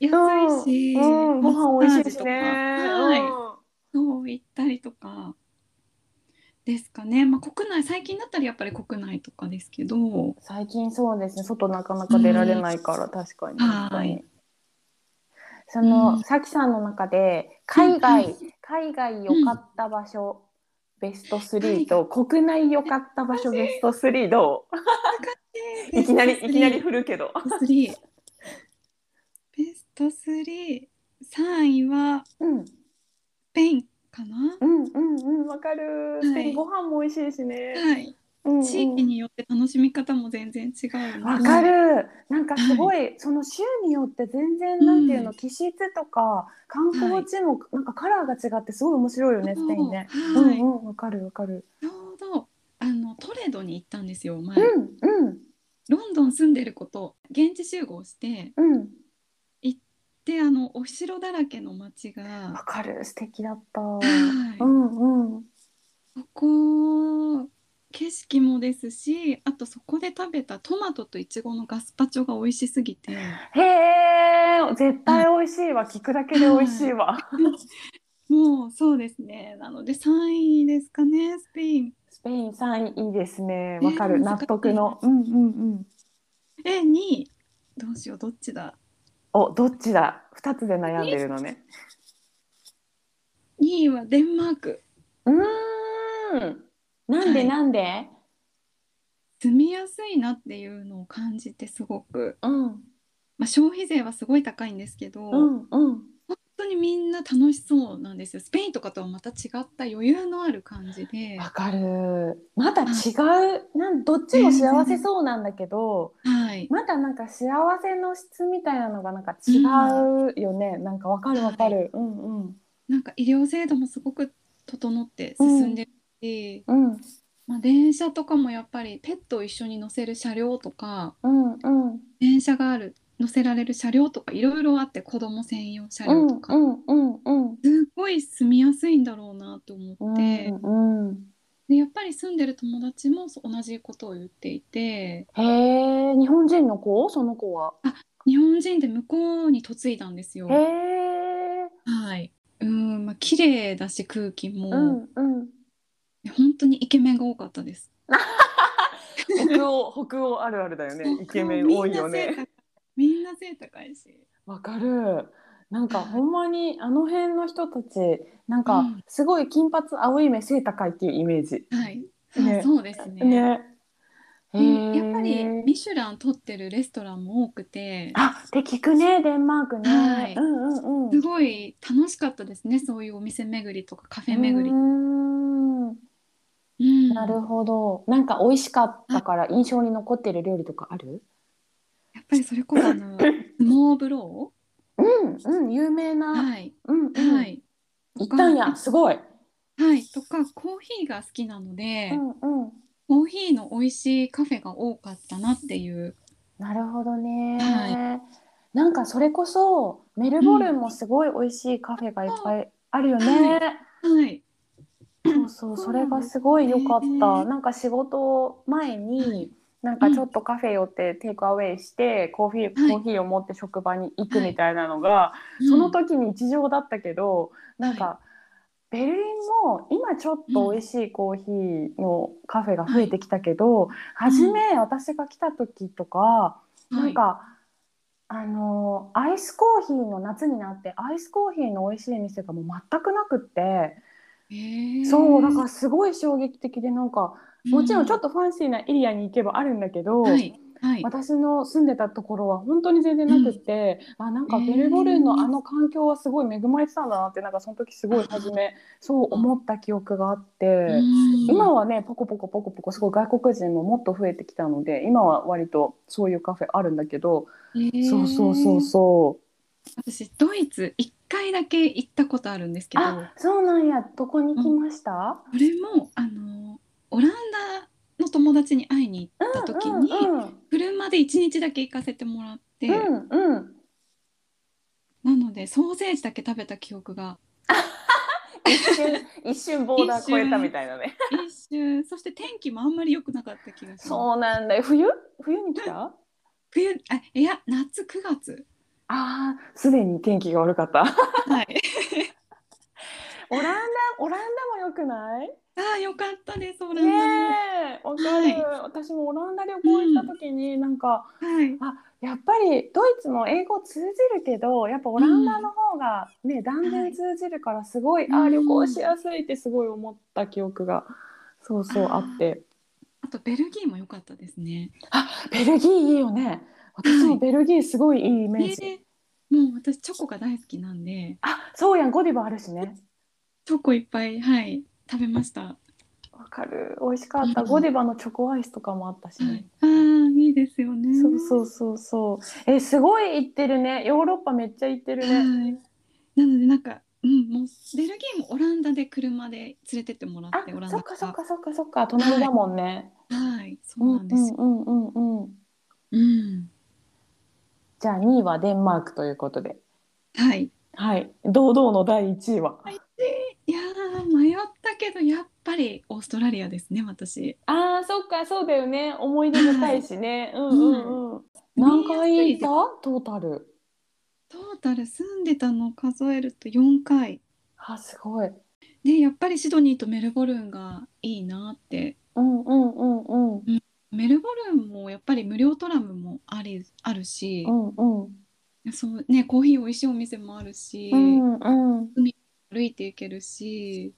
C: 安いし、
B: うん、ご飯美味しいしね。
C: マッサージとかはい、そう行ったりとかですかね。まあ国内最近だったらやっぱり国内とかですけど、
B: 最近そうですね外なかなか出られないから、確かに
C: は
B: 本
C: い
B: 当にその、
C: うん
B: さきさんの中で海外、
C: うん
B: 海外良かった場所、ベスト3と国内良かった場所ベスト3どういきなりいきなり振るけど
C: ベスト3。ベスト3、3位は
B: うん
C: スペインかな。
B: うんうんうんわかる、
C: はい
B: スペインご飯も美味しいしね、
C: はい。
B: うんうん
C: 地域によって楽しみ方も全然違うの
B: わ
C: で
B: かる、なんかすごい、その州によって全然なんていうの、
C: うん
B: 気質とか観光地もなんかカラーが違ってすごい面白いよね、スペインね。
C: そう
B: うん
C: はい
B: うんわかるわかる。
C: ちょうどあのトレドに行ったんですよ前、
B: うんうん
C: ロンドン住んでること現地集合して
B: うん
C: であのお城だらけの街
B: わ
C: が、
B: かる素敵だった。
C: はい
B: うんうん
C: そこ景色もですしあとそこで食べたトマトとイチゴのガスパチョが美味しすぎて
B: へえ絶対美味しいわ、聞くだけで美味しいわ。
C: もうそうですねなので3位ですかねスペイン
B: スペイン三位いいですねわかる、
C: ね
B: 納得の。うんうんうん。
C: え2位どうしようどっちだ
B: おどっちだ二つで悩んでるのね。
C: 2位はデンマーク
B: うーんなんでなんで、
C: 住みやすいなっていうのを感じてすごく
B: うん
C: まあ、消費税はすごい高いんですけど、
B: うんうん。
C: 本当にみんな楽しそうなんですよスペインとかとはまた違った余裕のある感じで、
B: わかる。まだ違う、なん、どっちも幸せそうなんだけど、
C: はい、
B: まだなんか幸せの質みたいなのがなんか違うよね。なんかわかるわかる。うんうん。
C: なんか医療制度もすごく整って進んでるし、
B: うん
C: まあ、電車とかもやっぱりペットを一緒に乗せる車両とか
B: うんうん
C: 電車がある乗せられる車両とかいろいろあって子供専用車
B: う
C: 両と
B: ん
C: か、
B: うんうんうん。
C: すごい住みやすいんだろうなと思
B: う
C: っ
B: ん
C: て、
B: うん、
C: でやっぱり住んでる友達もそう同じことを言っていて
B: へえ日本人の子その子は。
C: 日本人で向こうに嫁いだんですよ。
B: へえ
C: はい。うん、まあ綺麗だし空気も、
B: うんうん。
C: 本当にイケメンが多かったです。
B: 北欧北欧あるあるだよね。イケメン多いよね。。
C: みんな背高いみんな背高いし。
B: わかる。なんか
C: はい
B: ほんまにあの辺の人たちなん
C: う
B: か
C: ん
B: すごい金髪青い目背高いっていうイメージ。
C: はい。
B: ね
C: あそうですね。
B: ね。へ
C: うん
B: え
C: やっぱりミシュラン取ってるレストランも多くて、
B: あって聞くねデンマークね。
C: はい
B: うんうんう
C: す
B: ん。
C: ごい楽しかったですね。そういうお店巡りとかカフェ巡
B: う
C: り。
B: ーん
C: うん
B: なるほど。なんか美味しかったから印象に残ってる料理とかある？
C: やっぱりそれこそ あのスモーブロ
B: うんうん有名
C: ー。
B: な。
C: はい。
B: うんうん
C: は。い。
B: 行ったんやすごい。
C: はい。とかコーヒーが好きなので。
B: うんうん。
C: コーヒーの美味しいカフェが多かったなっていう。
B: なるほどね。
C: は
B: なんかそれこそメルボルンもすごい美味しいカフェがいっぱいあるよね。
C: はい。
B: そうそう、そ
C: そう
B: れ
C: なん
B: が
C: です
B: ごい良かっ
C: ね
B: た。なんか仕事前に、なんかちょっとカフェ寄ってテイクアウェイして、コーヒー、
C: はい
B: コーヒーを持って職場に行くみたいなのが、
C: うん
B: その時に日常だったけど、なんか、ベルリンも今ちょっと美味しいコーヒーのカフェが増えてきたけど、初め私が来た時とか、なんか、、あのアイスコーヒーの夏になってアイスコーヒーの美味しい店がもう全くなくって、
C: はい
B: そうだからすごい衝撃的でなんかもちろんちょっと
C: と、
B: ファンシーなエリアに行けばあるんだけど、
C: はいはい、
B: 私の住んでたところは本当に全然なくて、あなんかベルボルンのあの環境はすごい恵まれてたんだなってなんかその時すごい初めそう思った記憶があって、今はねポコポコポコポコすごい外国人ももっと増えてきたので今は割とそういうカフェあるんだけど、そうそうそうそう
C: 私ドイツ一回だけ行ったことあるんですけど
B: あそうなんやどこに来ました、
C: これもあのオランダの友達に会いに行った時に、
B: うんうん
C: 車で一日だけ行かせてもらって、
B: うんうん
C: なのでソーセージだけ食べた記 憶が
B: 一瞬一瞬ボーダー超えたみたいなね
C: 一瞬そして天気もあんまり良くなかった気がします
B: そうなんだよ冬冬に来た
C: 冬あいや夏9月
B: あーすでに天気が悪かった
C: はい
B: オランダオランダも良くない
C: あーよかったですオラン
B: ね
C: ダも、
B: えわかる、私もオランダ旅行行った時になんか、
C: はい
B: やっぱりドイツも英語通じるけどやっぱオランダの方がね、断然通じるからすごい、あ
C: う
B: ー
C: ん
B: 旅行しやすいってすごい思った記憶がそうそうあ
C: あー
B: って
C: あとベルギーも良かったですね
B: ベルギーいいよね私もベルギーすごいいいイメージ、
C: でもう私チョコが大好きなんで
B: あそうやんゴディバあるしね
C: チョコいっぱいはい食べました、
B: わかる美味しかった、
C: うん
B: ゴディバのチョコアイスとかもあったし
C: は
B: ね
C: い、あーいいですよね
B: そうそうそうそうえすごい行ってるねヨーロッパめっちゃ行ってるね、
C: はい。なのでなんか、うん、もうベルギーもオランダで車で連れてってもらってオラ
B: あ
C: ン
B: そ
C: ダ
B: っかそっかそっかそっか隣だもんね、
C: はい、そうなんですよ。
B: うんうんうんうん
C: うん、
B: じゃあ2位はデンマークということで
C: はい。
B: はい堂々の第1位は、
C: いやー迷ったけどやっぱりオーストラリアですね私。
B: あーそっかそうだよね思い出深いし ね、うんうんうん何回行ったトータル
C: トータル住んでたのを数えると4回。
B: あすごい
C: でやっぱりシドニーとメルボルンがいいなって。
B: うんうんうんうん
C: メルボルンもやっぱり無料トラムもありあるし
B: う、んうん
C: そうねコーヒー美味しいお店もあるし。
B: うんうん
C: 歩いていけるし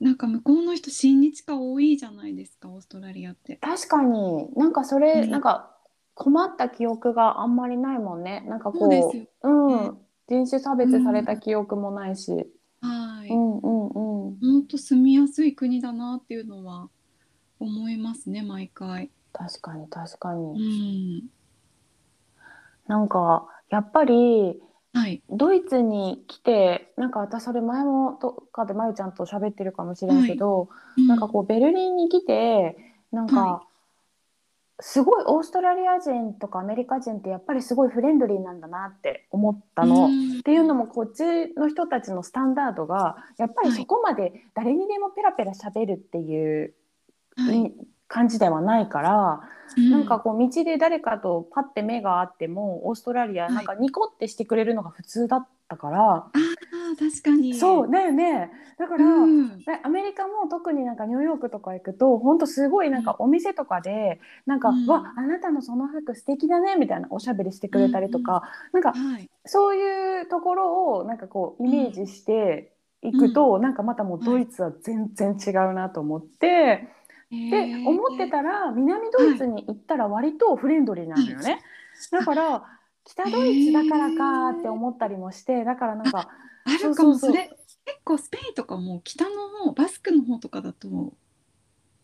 C: なんか向こうの人親日家多いじゃないですかオーストラリアって。
B: 確かになんかそれ、
C: ね
B: なんか困った記憶があんまりないもんねなんかこ
C: そうで
B: う
C: すよ
B: うん、人種差別された記憶もないし、
C: はい、
B: う
C: ほ
B: んうんうん
C: んと住みやすい国だなっていうのは思いますね毎回。
B: 確かに確か
C: う
B: に、
C: ん
B: なんかやっぱり
C: はい、
B: ドイツに来てなんか私それ前もどっかでまゆちゃんと喋ってるかもしれんけど、なんかこうベルリンに来てなんか、
C: は
B: すごいオーストラリア人とかアメリカ人ってやっぱりすごいフレンドリーなんだなって思ったの。
C: ん
B: っていうのもこっちの人たちのスタンダードがやっぱりそこまで誰にでもペラペラ喋るっていう、
C: はい
B: に感じではないから、
C: う
B: なんかこう道で誰かとパッて目があってもオーストラリア
C: はい
B: なんかニコってしてくれるのが普通だったから、
C: あー確かに
B: そうだよねだから、
C: うん
B: でアメリカも特になんかニューヨークとか行くと本当すごいなんかお店とかでなんか、
C: うん
B: わあなたのその服素敵だねみたいなおしゃべりしてくれたりとか、なんか
C: はい、
B: そういうところをなんかこうイメージしていくと、なんかまたもうドイツは全然違うなと思って、で思ってたら南ドイツに行ったら割とフレンドリーなんだよね。だから北ドイツだからかって思ったりもしてだからなんか
C: あるかも
B: そうそうそう
C: それ結構スペインとかも北の方バスクの方とかだと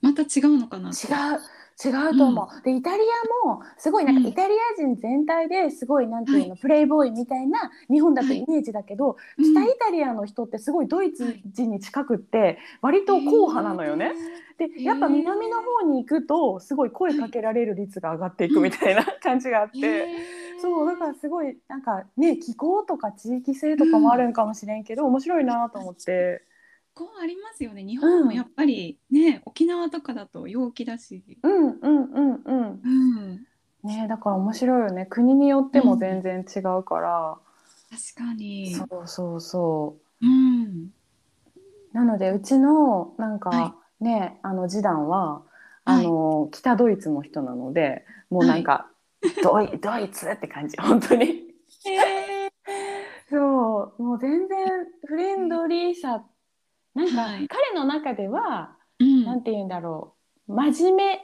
C: また違うのかなって
B: 違う違うと思う、でイタリアもすごいなん
C: うん
B: かイタリア人全体ですごいなんていうの、
C: は
B: プレイボーイみたいな日本だと
C: はい
B: イメージだけど、
C: うん
B: 北イタリアの人ってすごいドイツ人に近くって割と硬派なのよね。でやっぱ南の方に行くとすごい声かけられる率が上がっていくみたいな感じがあって。
C: へー。
B: そうだからすごいなんかね気候とか地域性とかもあるんかもしれんけど、面白いなと思って
C: こうありますよね。日本もやっぱりね、沖縄とかだと陽気だし。
B: うんうんうんうん
C: うん、
B: ねだから面白いよね国によっても全然違うから、
C: 確かに。
B: そうそうそ
C: うん、
B: うなのでうちのなんか、
C: は
B: ねあの次男はあの、北ドイツの人なのでもうなんか、ドイドイツって感じ本当にそうもう全然フレンドリーさなんか、
C: はい
B: 彼の中では
C: うん、
B: なんて言うんだろう真面目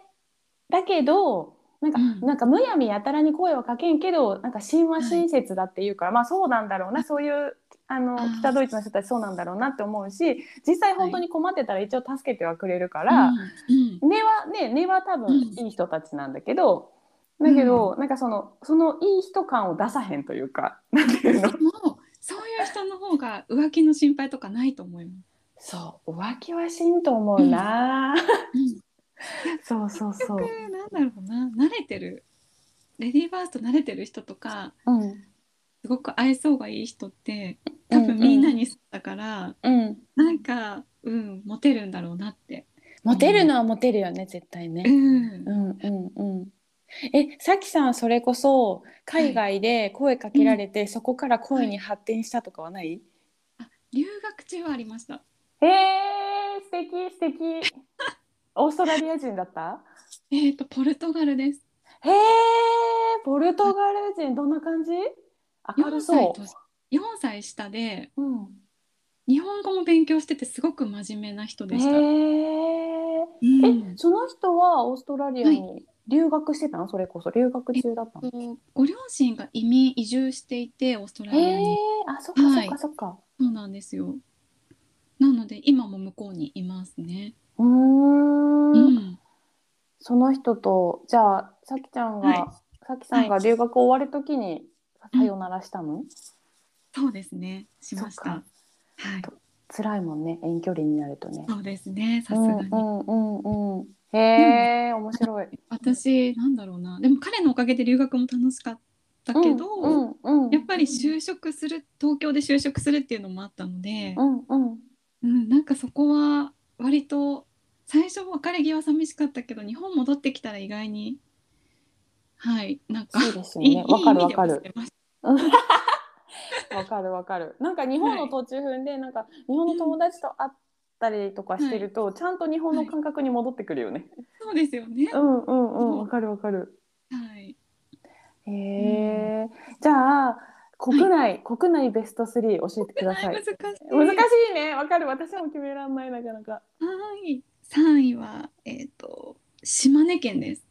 B: だけどなんか、
C: うん
B: なんかむやみやたらに声はかけんけどなんか親和親切だっていうから、まあそうなんだろうなそういうあの
C: あー
B: 北ドイツの人たちそうなんだろうなって思うし実際本当に困ってたら一応助けてはくれるから、
C: うん
B: 根はね根は多分いい人たちなんだけど、
C: うん
B: だけど、なんかそのそのいい人感を出さへんというかなんていうの
C: うんもうそういう人の方が浮気の心配とかないと思います。
B: そう 浮気はしんと思うな、
C: うん
B: そうそう
C: 結
B: そう
C: 局、なんだろうな慣れてるレディーファースト慣れてる人とか
B: うん、
C: すごく愛想がいい人って多分みんなにそうだから、
B: うん
C: なんかうんモテるんだろうなって。
B: モテるのはモテるよね絶対
C: う
B: ね、
C: ん
B: うんうんうんえさきさんそれこそ海外で声かけられて、そこから恋に発展したとかはない、
C: 留学中はありました。
B: へえ素敵素敵 オーストラリア人だった
C: えっ、とポルトガルです。
B: へえ、ポルトガル人どんな感じ？明る
C: 4歳
B: そ
C: と4歳下で
B: う。うん。
C: 日本語も勉強しててすごく真面目な人でした。
B: へえ。
C: う
B: え、
C: ん
B: その人はオーストラリアに留学してたの？それこそ留学中だったの？
C: ご両親が移民移住していてオーストラ
B: へ
C: リア
B: え
C: に。、
B: あ、そっかそっかそっか。
C: そうなんですよ。なので今も向こうにいますね。
B: うー。
C: うんん。
B: その人とじゃあさきちゃん
C: はい
B: がさきさんが留学終わるときにさよならしたの？
C: そうですね。しまし
B: そ
C: た。
B: っ
C: は
B: か
C: い。
B: 辛いもんね、遠距離になるとね。
C: そうですね。さ
B: う
C: すが
B: ん
C: に。
B: うんうんうん。へえ、面白い。
C: 私なんだろうな。でも彼のおかげで留学も楽しかったけど、
B: うんうんうん
C: やっぱり就職する東京で就職するっていうのもあったので
B: う、んうん。
C: うん、なんかそこは割と最初別れ際寂しかったけど日本戻ってきたら意外にはいなんか
B: そうですよ
C: いいいい
B: ね。わかる
C: 意
B: わ
C: 味で
B: か
C: 忘
B: る。
C: れました
B: わかるわかる。なんか日本の途中踏んで、なんか日本の友達と会ったりとかしてると、ちゃんと日本の感覚に戻ってくるよね。
C: そうですよね。
B: う
C: は
B: んうんうん。わかるわかる。
C: い。
B: へえ。じゃあ国内、国内ベスト3教えてくださ
C: 難
B: い。
C: しい。
B: 難しいね。わかる。私も決めらんないなかなか。
C: はい。三位はえっ、と島根県です。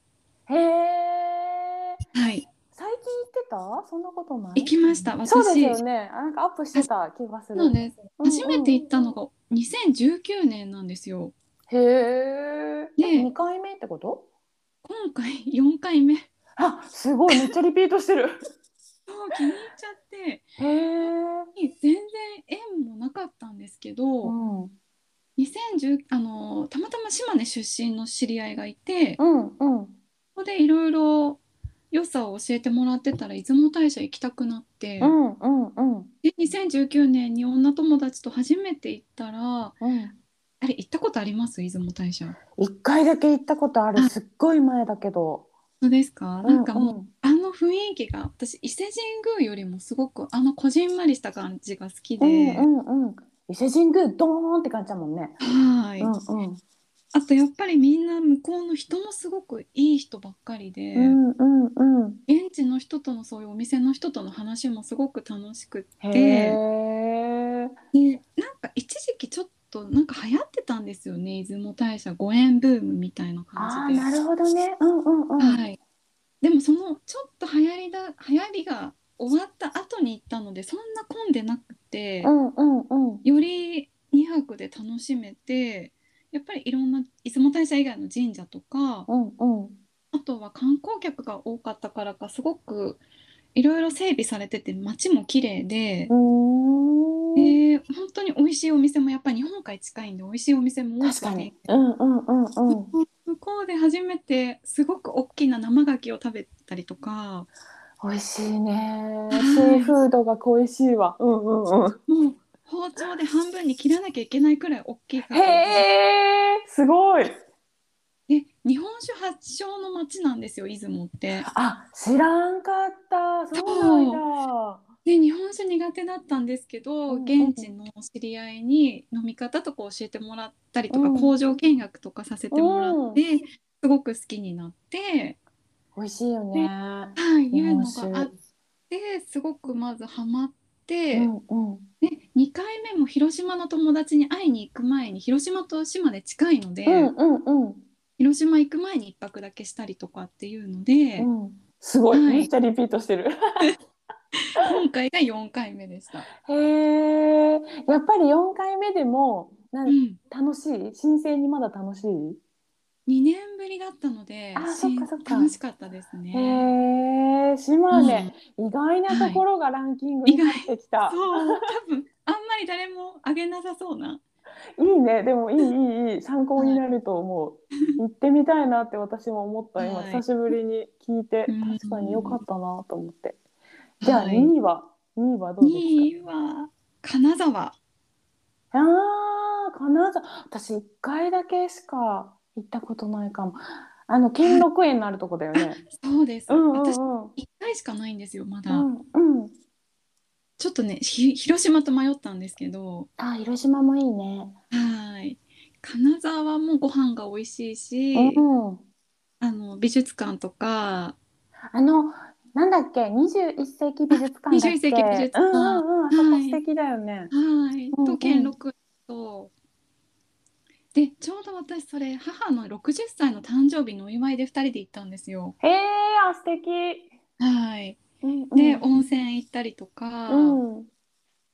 B: へえ。
C: はい。
B: 最近行ってた？そんなことない？
C: 行きました。
B: そうです
C: 私
B: よね。なんかアップしてた気がする。
C: そうです
B: うんうん
C: 初めて行ったのが2019年なんですよ。
B: へえ。
C: ね
B: 二回目ってこと？
C: 今回4回目。
B: あ、すごい、めっちゃリピートしてる。
C: そう気に入っちゃって
B: へえ。
C: 全然縁もなかったんですけど。
B: うん。うん
C: 2010あのたまたま島根出身の知り合いがいてこ
B: うん。
C: こでいろいろ良さを教えてもらってたら出雲大社行きたくなって、
B: うんうんうん。
C: で2019年に女友達と初めて行ったら
B: うん。
C: あれ行ったことあります出雲大社
B: 一回だけ行ったことある、すっごい前だけど。
C: そうですか、なんかもう
B: う
C: あの雰囲気が私伊勢神宮よりもすごくあのこじんまりした感じが好きで、
B: んうんうんうん。伊勢神宮ドーンって感じだもんね。
C: はい、
B: うんうん。
C: あとやっぱりみんな向こうの人もすごくいい人ばっかりで。
B: うんうんうん。
C: 現地の人とのそういうお店の人との話もすごく楽しくっ
B: へ
C: て
B: え。
C: なんか一時期ちょっとなんか流行ってたんですよね出雲大社ご縁ブームみたいな
B: あ
C: 感
B: あ、
C: じで
B: なるほどね。うんうんうん。
C: はい、でもそのちょっと流行りだ流行りが終わった後に行ったのでそんな混んでなくて
B: う、んうんうん。
C: より2泊で楽しめてやっぱりいろんな出雲大社以外の神社とか
B: うんうん。
C: あとは観光客が多かったからかすごくいろいろ整備されてて街も綺麗で
B: う。ーん。
C: で本当に美味しいお店もやっぱ日本海近いんで美味しいお店も多
B: 確
C: く
B: か
C: て
B: に。うんうんうんうん。
C: 向こうで初めてすごく大きな生牡蠣を食べたりとか
B: 美味しいね。シ
C: い
B: ーフードが恋しいわ。うんうんうん。
C: もう包丁で半分に切らなきゃいけないくらい大きい牡蠣
B: へえ、すごい。
C: で日本酒発祥の町なんですよ出雲って
B: あ、知らんかった。そうなんだ。
C: で日本酒苦手だったんですけど、
B: うん
C: 現地の知り合いに飲み方とか教えてもらったりと
B: う
C: か、
B: ん
C: 工場見学とかさせてもらって、すごく好きになって、
B: 美味しいよね。
C: はい、
B: 日
C: いう
B: 本
C: のがあっ
B: 酒。
C: ですごくまずハマっ
B: う
C: て、
B: んうん。
C: で2回目も広島の友達に会いに行く前に広島と島で近いので、
B: うんうんうん。
C: 広島行く前に一泊だけしたりとかっていうので、
B: うん、すごい、
C: はい
B: めっちゃリピートしてる。
C: 今回が4回目でした。
B: へえ、やっぱり4回目でもな
C: うんん、
B: 楽しい申請にまだ楽しい、
C: 2年ぶりだったので
B: あ
C: し
B: そっかそっか
C: 楽しかったですね。
B: へえ、島根、意外なところがランキングに
C: はい
B: 入ってきた。
C: そう多分あんまり誰もあげなさそうない
B: いね、でもいいいいいい参考になると思う。行ってみたいなって私も思った今、
C: はい
B: 久しぶりに聞いて
C: うん
B: 確かに良かったなと思って。じゃあ
C: はい
B: 2位は、2位はどうですか
C: 2位は金沢
B: ああ、金沢、私一回だけしか行ったことないかも。あの兼六園のあるとこだよね。
C: そうです、
B: うんうんうん。
C: 私1回しかないんですよまだ、
B: うんうん。
C: ちょっとねひ広島と迷ったんですけど
B: あ、広島もいいね。
C: はい金沢もご飯が美味しいし、
B: うん。
C: あの美術館とか
B: あの、なんだっけ、二十一世紀美術館だっけ。
C: 21世紀美術館
B: うんうんうん、あそこ
C: はい
B: 素敵だよね。
C: はい、
B: うんうん
C: と兼六とでちょうど私それ母の60歳の誕生日のお祝いで2人で行ったんですよ。
B: へえ、あ、素敵。
C: はい、
B: うんうん
C: で、温泉行ったりとか、
B: うん。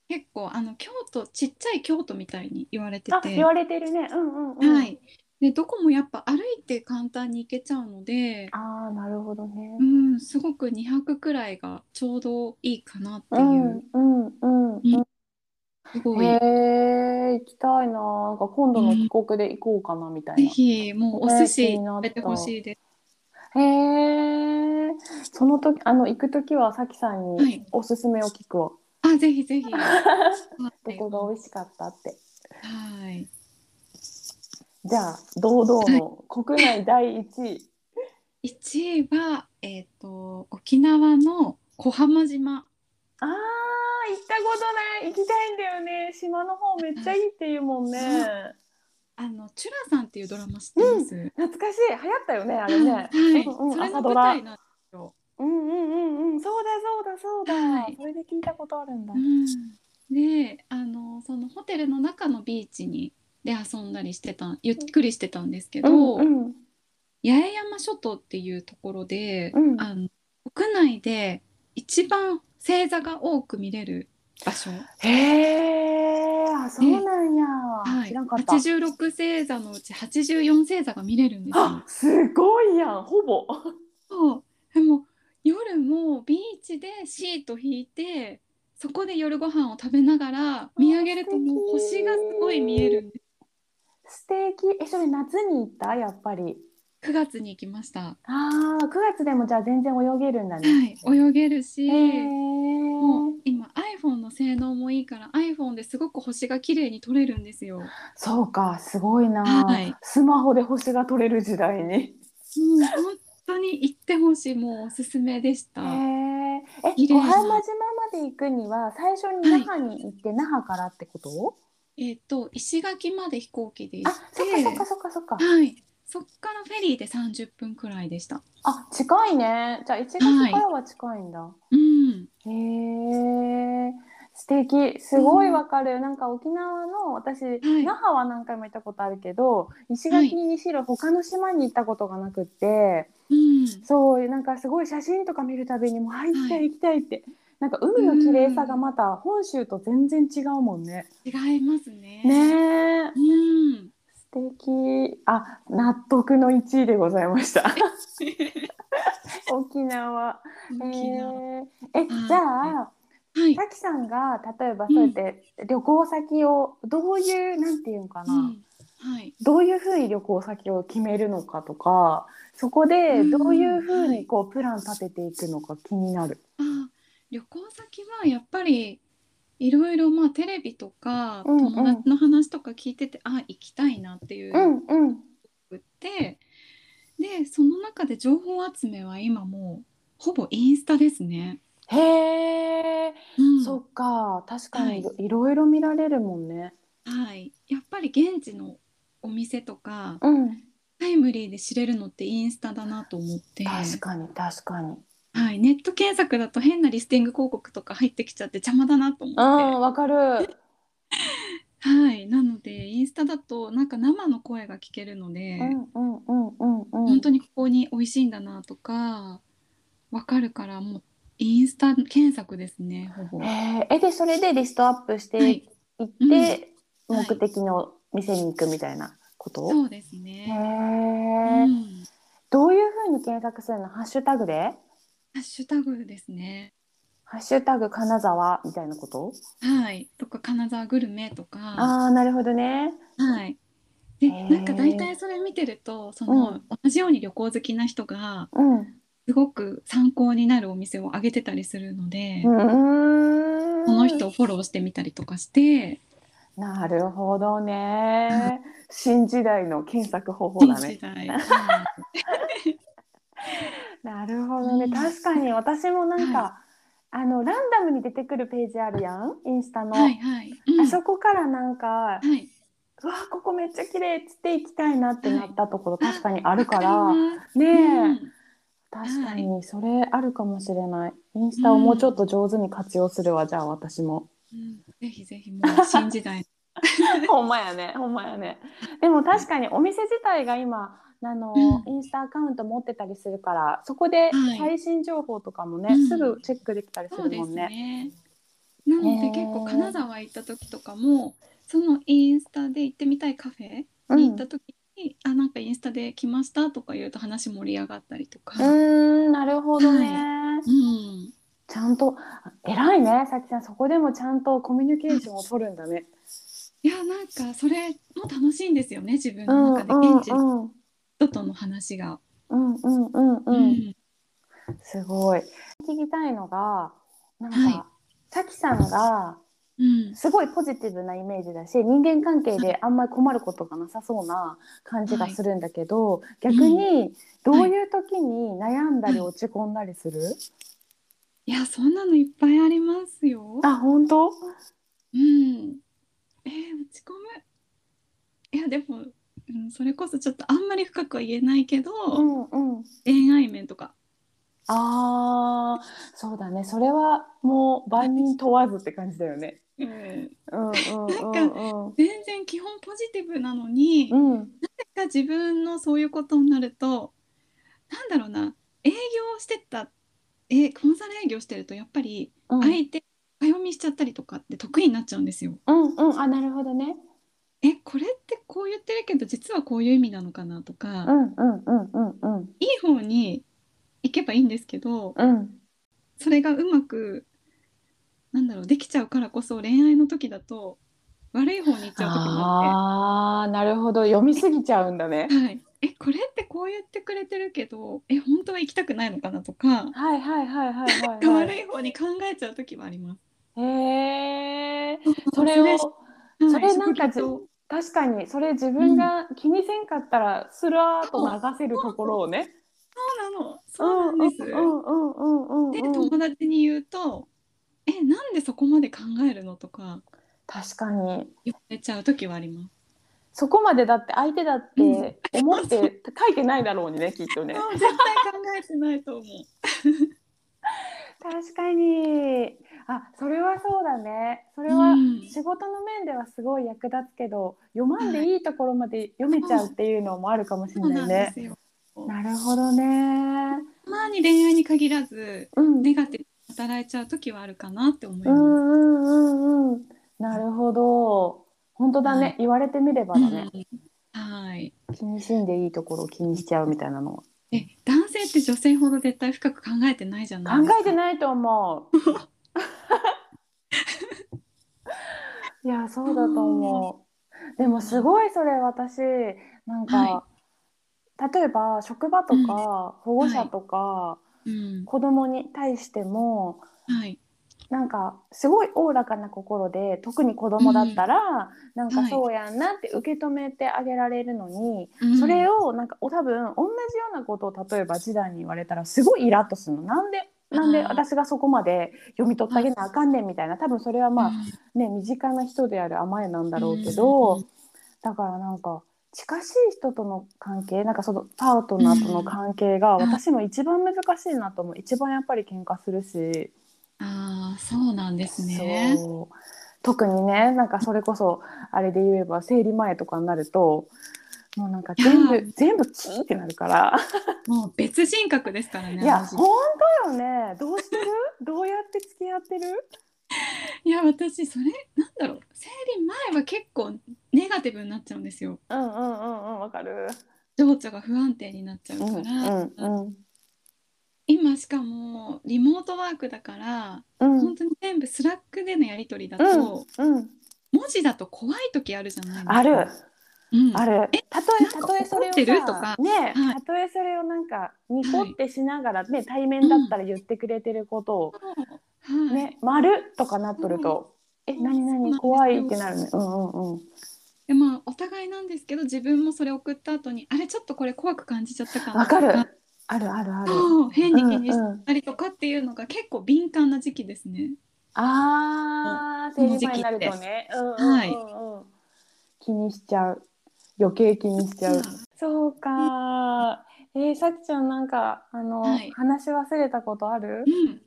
C: 結構あの京都ちっちゃい京都みたいに言われて
B: あ、
C: て、
B: 言
C: は
B: われてるね。うんうんうん。。
C: い、でどこもやっぱ歩いて簡単に行けちゃうので、
B: ああ、なるほどね
C: う。ん、すごく2泊くらいがちょうどいいかなっていう、
B: うんうんうん。
C: すごい、
B: へえ、行きたいな。なんか今度の帰国で行こうかなみたい
C: ぜ
B: な。
C: ひもうお寿司食べてほしいです。
B: へえ。その時あの行く時はさきさん
C: は
B: に
C: い
B: おすすめを聞くわ。
C: あぜひぜ ひ。は
B: ど
C: い
B: こが美味しかったって。
C: はい。
B: じゃあ堂々の国内第一位。
C: 1位は、えっと沖縄の小浜島。
B: ああ行ったことない行きたいんだよね。島の方めっちゃいいっていうもんね。
C: あのチュラさんっていうドラマ知ってます、
B: 懐かしい流行ったよねあ
C: あ
B: れね。
C: はい、
B: うんうん
C: それの
B: 朝ド
C: 舞
B: ラ
C: 台。なんですよ。
B: うんうんうんうんそうだそうだそうだ。
C: はい
B: それで聞いたことあるんだ。
C: であのそのホテルの中のビーチにで遊んだりしてたゆっくりしてたんですけど、
B: うんうん
C: 八重山諸島っていうところで、
B: うん
C: あの国内で一番星座が多く見れる場所、
B: へえ、あ、そうなんや。
C: はい、
B: 知らんかった。
C: 86星座のうち84星座が見れるんですよ
B: あ。、すごいやん、ほぼ。
C: そうでも夜もビーチでシート引いてそこで夜ご飯を食べながら見上げるともう星がすごい見えるんです
B: 素敵。え、それ夏に行った、やっぱり。
C: 9月に行きました。
B: ああ、九月でもじゃあ全然泳げるんだね。
C: はい、泳げるし、
B: へえ。
C: もう今 iPhone の性能もいいから iPhone ですごく星が綺麗に撮れるんですよ。
B: そうか、すごいな、
C: はい
B: スマホで星が取れる時代に。
C: もう本当に行ってほしい、もうおすすめでし
B: へ
C: た。
B: え。え、
C: 綺麗
B: 小
C: な
B: 浜島まで行くには、最初に那覇に行って、那覇からってこと。
C: えっ、と石垣まで飛行機で行
B: あ
C: っ、
B: そ
C: て、
B: っか、そっか、そっか、そっか。
C: はい、そっからフェリーで30分くらいでした。
B: あ、近いね。じゃあ、一月からは近いんだ。
C: うん、
B: へえ素敵すごいわかる、なんか沖縄の私、那覇は何回も行ったことあるけど石垣にしろ他の島に行ったことがなくって、
C: うん、
B: そうなんかすごい写真とか見るたびにもう入って行きたいって、なんか海の綺麗さがまた本州と全然違うもんね。
C: 違いますね。
B: ねえ
C: うん、
B: 素敵あ納得の1位でございま した沖縄。
C: 沖縄。
B: えーえ
C: ん
B: じゃあ
C: はい。
B: さきさんが例えばそうやって旅行先をどういう、なんていうのかな、
C: うんはい。
B: どういうふうに旅行先を決めるのかとかそこでどういうふうにこうプラン立てていくのか気になる。
C: あ旅行先はやっぱりいろいろまあテレビとか
B: うんうん
C: 友達の話とか聞いてて、あ行きたいなっていう
B: うん
C: の
B: うん
C: くって、でその中で情報集めは今もうほぼインスタですね。
B: へえ、
C: うん
B: そっか確かに
C: はい
B: ろいろ見られるもんね。
C: はい、やっぱり現地のお店とか
B: うん、
C: タイムリーで知れるのってインスタだなと思って、
B: 確かに確かに。
C: はい、ネット検索だと変なリスティング広告とか入ってきちゃって邪魔だなと思
B: う
C: っ
B: んわかる。
C: て、はい、なのでインスタだとなんか生の声が聞けるので、
B: うんうんうんうん
C: 本当にここに美味しいんだなとかわかるからもうインスタ検索ですねほぼ。
B: へええでそれでリストアップして
C: はいい
B: って、
C: うんはい
B: 目的の店に行くみたいなこと、
C: そうです
B: へ
C: ね。う
B: え、
C: ん、
B: どういうふうに検索するのハッシュタグで
C: ハッシュタグですね。
B: ハッシュタグ金沢みたいなこと
C: はい、とか金沢グルメとか。
B: ああーなるほどね
C: はい。
B: へ
C: で、
B: ー
C: なんか大体それ見てると、その、
B: うん
C: 同じように旅行好きな人が。
B: うん
C: すごく参考になるお店を挙げてたりするので、
B: うーん
C: この人をフォローしてみたりとかして、
B: なるほどね新時代の検索方法
C: 新
B: だね
C: 時代。はい
B: なるほどね、
C: うん
B: 確かに私もなんか、
C: は
B: あのランダムに出てくるページあるやんインスタの、
C: はいはい。うん
B: あそこからなんか、
C: はい。
B: うわここめっちゃ綺麗っつって行きたいなってなったところ、
C: はい
B: 確かにあるから、
C: わります
B: ねえ、
C: うん
B: 確かにそれあるかもしれないインスタをもうちょっと上手に活用するわ、じゃあ私も
C: うんぜひぜひもう新時代。
B: ほんまやねほんまやねでも確かにお店自体が今あの、
C: う
B: インスタアカウント持ってたりするからそこで
C: はい
B: 最新情報とかもね、
C: うん
B: すぐチェックできたりす
C: そう
B: る
C: で
B: も
C: す
B: んね
C: ね。なの
B: へ
C: で
B: ー
C: 結構金沢行った時とかも、そのインスタで行ってみたいカフェ
B: う
C: に行
B: ん
C: った時に、あなんかインスタで来ましたとか言うと話盛り上がったりとか。
B: うーんなるほどね、
C: うん
B: ちゃんと偉いねさきちゃんそこでもちゃんとコミュニケーションを取るんだね
C: いやなんかそれも楽しいんですよね自分
B: うん
C: の
B: う
C: 中で
B: ん
C: 現地の
B: うん
C: 人との話が。
B: うんうんうん
C: う
B: うん
C: ん
B: すごい。聞きたいのが、なんか、
C: はい
B: さきさんが、
C: うん
B: すごいポジティブなイメージだし、人間関係であんまり困ることがなさそうな感じがするんだけど、逆に、どういう時に悩んだり
C: はい
B: 落ち込んだりする、
C: いやそんなのいっぱいありますよ。
B: あ、本当
C: うん。えー、落ち込む。いやでも、うん、それこそちょっとあんまり深くは言えないけど、
B: うんうん。
C: 恋愛面とか。
B: ああ、そうだね。それはもう万人問わずって感じだよね。
C: うん、
B: うんうんうん
C: 全然基本ポジティブなのに、
B: う
C: なん
B: ん。うん。
C: か自分のそういうことになるとなんだろうな営業してたえコンサル営業してるとやっぱり
B: うん
C: 相手深読みしちゃったりとかって得意になっちゃうんですよ。
B: うんうん。あ、なるほどね。
C: えこれってこう言ってるけど実はこういう意味なのかなとか、
B: うんうんうんうんうん。
C: いい方に行けばいいんですけど、
B: うん。
C: それがうまくなんだろうできちゃうからこそ恋愛の時だと悪い方に行っちゃう時もあっ
B: ああーなるほど読みすぎちゃうんだね
C: て、。はい、えこれってこう言ってくれてるけどえ本当は行きたくないのかなと か、
B: はいはいはいはいはい、は
C: 悪い方に考えちゃう時はあります。
B: い。へえそれをそれなんか
C: ず
B: じ確かにそれ自分が気にせんかったらスラーっと流せるところをね。
C: そうなのそうなんです。
B: うんうんうんうんうん
C: で
B: うん。
C: 友達に言うと「えなんでそこまで考えるの?」とか
B: 確かに
C: 言われちゃう時はあります。
B: そこまでだって相手だっ
C: う
B: て思って書いてないだろうにねきっとね。
C: そう絶対考えてないと思う。
B: 確かにあそれはそうだねそれは
C: うん
B: 仕事の面ではすごい役立つけど読まんでいいところまで読めちゃうっていうのもあるかもしれ
C: そう
B: な
C: ないんで
B: ね
C: す。よ。
B: なるほどね。
C: たまに恋愛に限らず
B: うん、
C: ネガティブに働いちゃう時はあるかなって思いうます。
B: んうんうんうん。なるほど。本当だね、
C: はい
B: 言われてみればだね、
C: はい。
B: 気にしんでいいところを気にしちゃうみたいなのは
C: え、男性って女性ほど絶対深く考えてないじゃない
B: 考
C: ですか。
B: えてないと思 う。いやそうだと思う。でもすごいそれ私なんか、
C: は
B: 例えば職場とか保護者とか、
C: うん。
B: 子供に対しても
C: はい。
B: なんかすごいおおらかな心で特に子供だったら、なんか
C: はい
B: そうやんなって受け止めてあげられるのに、
C: うん
B: それをなんかお多分同じようなことを例えば次男に言われたらすごいイラッとするのなんでなんで
C: あー
B: 私がそこまで読み取ってあげなあかんねんみたいな多分それはまあね身近な人である甘えなんだろうけど、
C: うん
B: だからなんか近しい人との関係なんかそのパートナーとの関係が
C: うん
B: 私も一番難しいなと思う一番やっぱり喧嘩するし。
C: ああ、そうなんですね。
B: そう特にねなんかそれこそあれで言えば生理前とかになるともうなんか全
C: いや
B: 部全部キーってなるから
C: もう別人格ですからね
B: いや
C: 私
B: 本当よねどうしてるどうやって付き合ってる
C: いや私それなんだろう生理前は結構ネガティブになっちゃうんですよ
B: うんうんうんうんわかる
C: 情緒が不安定になっちゃう
B: うんう
C: から、
B: んうん
C: 今しかもリモートワークだから、
B: うん
C: 本当に全部スラックでのやり取りだと、
B: うん
C: 文字だと怖い時あるじゃないですか
B: ある、
C: うん、
B: あるたとえ
C: なんか
B: たとえそれを
C: 怒ってると
B: さ
C: か
B: ね
C: はい
B: たとえそれをなんかニコってしながらね対面だったら言ってくれてることを
C: はい、
B: ね「丸とかなっとると「え
C: うん
B: 何
C: そうなんです
B: 何
C: よ
B: 怖い」ってなるねうんうんうん
C: でまあお互いなんですけど自分もそれ送った後にあれちょっとこれ怖く感じちゃったかな
B: わかる
C: と
B: あるあるある
C: そう変に気にし
B: うんうん
C: たりとかっていうのが結構敏感な時期ですね。
B: あー生理前になるとねうんうんうんうん気にしちゃう余計気にしちゃうそうかえー、さきちゃんなんかあの、
C: はい
B: 話し忘れたことある
C: うん、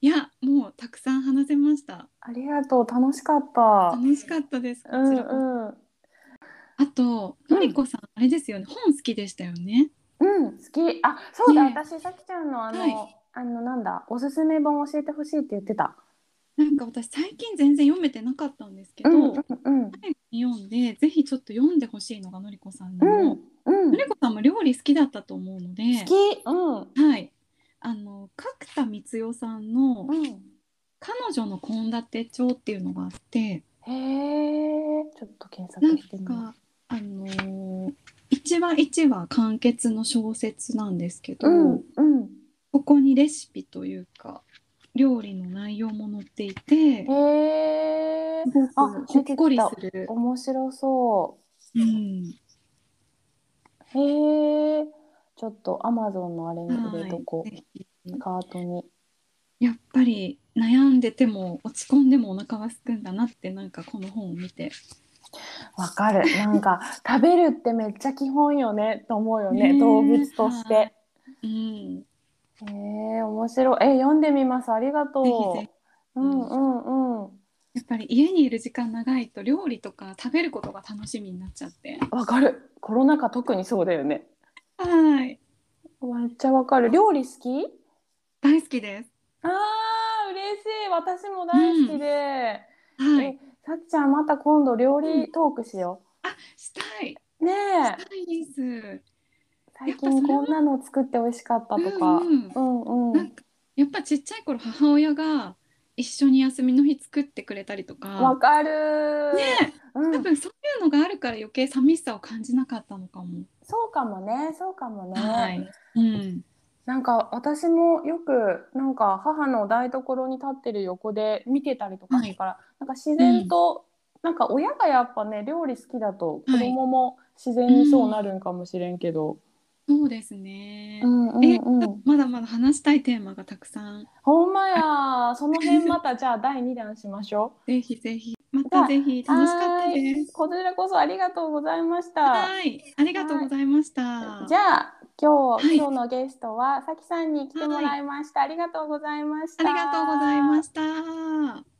C: いやもうたくさん話せました。
B: ありがとう楽しかった
C: 楽しかったです。こち
B: う
C: ら
B: ん
C: こそ
B: うん
C: あと
B: うん
C: のりこさん、あれですよね本好きでしたよね。
B: うん、好き。あ、そうだ、
C: ねえ
B: 私、さきちゃんの、あの、
C: はい
B: あの、なんだ、おすすめ本教えてほしいって言ってた。
C: なんか私最近全然読めてなかったんですけど、
B: うん、うん、うん、
C: 最後に読んでぜひちょっと読んでほしいのがのりこさんな
B: う
C: の。
B: ん、うん、
C: のりこさんも料理好きだったと思うので。
B: 好き。うん、
C: はい。あの角田光代さんの
B: うん。
C: 「彼女の献立帳」っていうのがあって
B: へえ、ちょっと検
C: な
B: 索
C: ん
B: してみよ
C: かあのー一話一話完結の小説なんですけ
B: う。
C: ど、
B: うん、うん。
C: ここにレシピというか料理の内容も載っていてす
B: へえ、
C: ごく
B: あ
C: ほっこりする、
B: 面白そ
C: うん、
B: う。へえ、ちょっとアマゾンのあれに入れとこ
C: は
B: う。
C: い
B: カートに。
C: やっぱり悩んでても落ち込んでもお腹はすくんだなってなんかこの本を見て
B: わかる。なん か、食べるってめっちゃ基本よね、と思うよね、
C: ねえ
B: 動物として。
C: はいうん
B: えー、面白い。えー、読んでみます。ありがとう。
C: ぜひぜ
B: うんうんうん。
C: やっぱり家にいる時間長いと料理とか食べることが楽しみになっちゃって。
B: わかる。コロナ禍特にそうだよね。
C: はい。
B: めっちゃわかる。料理好き？
C: 大好きです。
B: ああ、嬉しい。私も大好きで。
C: はい
B: え。、さきちゃんまた今度料理トークしよ
C: したい。
B: う。ねえ、
C: したいです。
B: 最近こんなの作って美味しかったとか。
C: うんうん
B: うんう
C: なん
B: ん。
C: かやっぱちっちゃい頃母親が一緒に休みの日作ってくれたりと
B: わ
C: か。
B: かる。
C: ね
B: う
C: 多
B: ん、
C: 分そういうのがあるから余計寂しさを感じなかったのかも。
B: そうかもね、そうかもね。
C: はい。うん。
B: なんか私もよくなんか母の台所に立ってる横で見てたりとか
C: はい
B: だから、なんか自然と、なんか親がやっぱね料理好きだと子供も自然にそうなるんかもしれんけど、
C: そうですね
B: う。んうん
C: え
B: うん、
C: まだまだ話したいテーマがたくさん。
B: ほんま やその辺またじゃあ第2弾しましょ
C: ぜひぜひ。またぜひ
B: う
C: 楽しかったで
B: はい
C: す。
B: こちらこそありがとうございました
C: はい。ありがとうございました。
B: じゃあ今日、
C: はい
B: 今日のゲストはさきさんに来てもらいました、ありがとうございまし
C: あ
B: た
C: りがとうございました。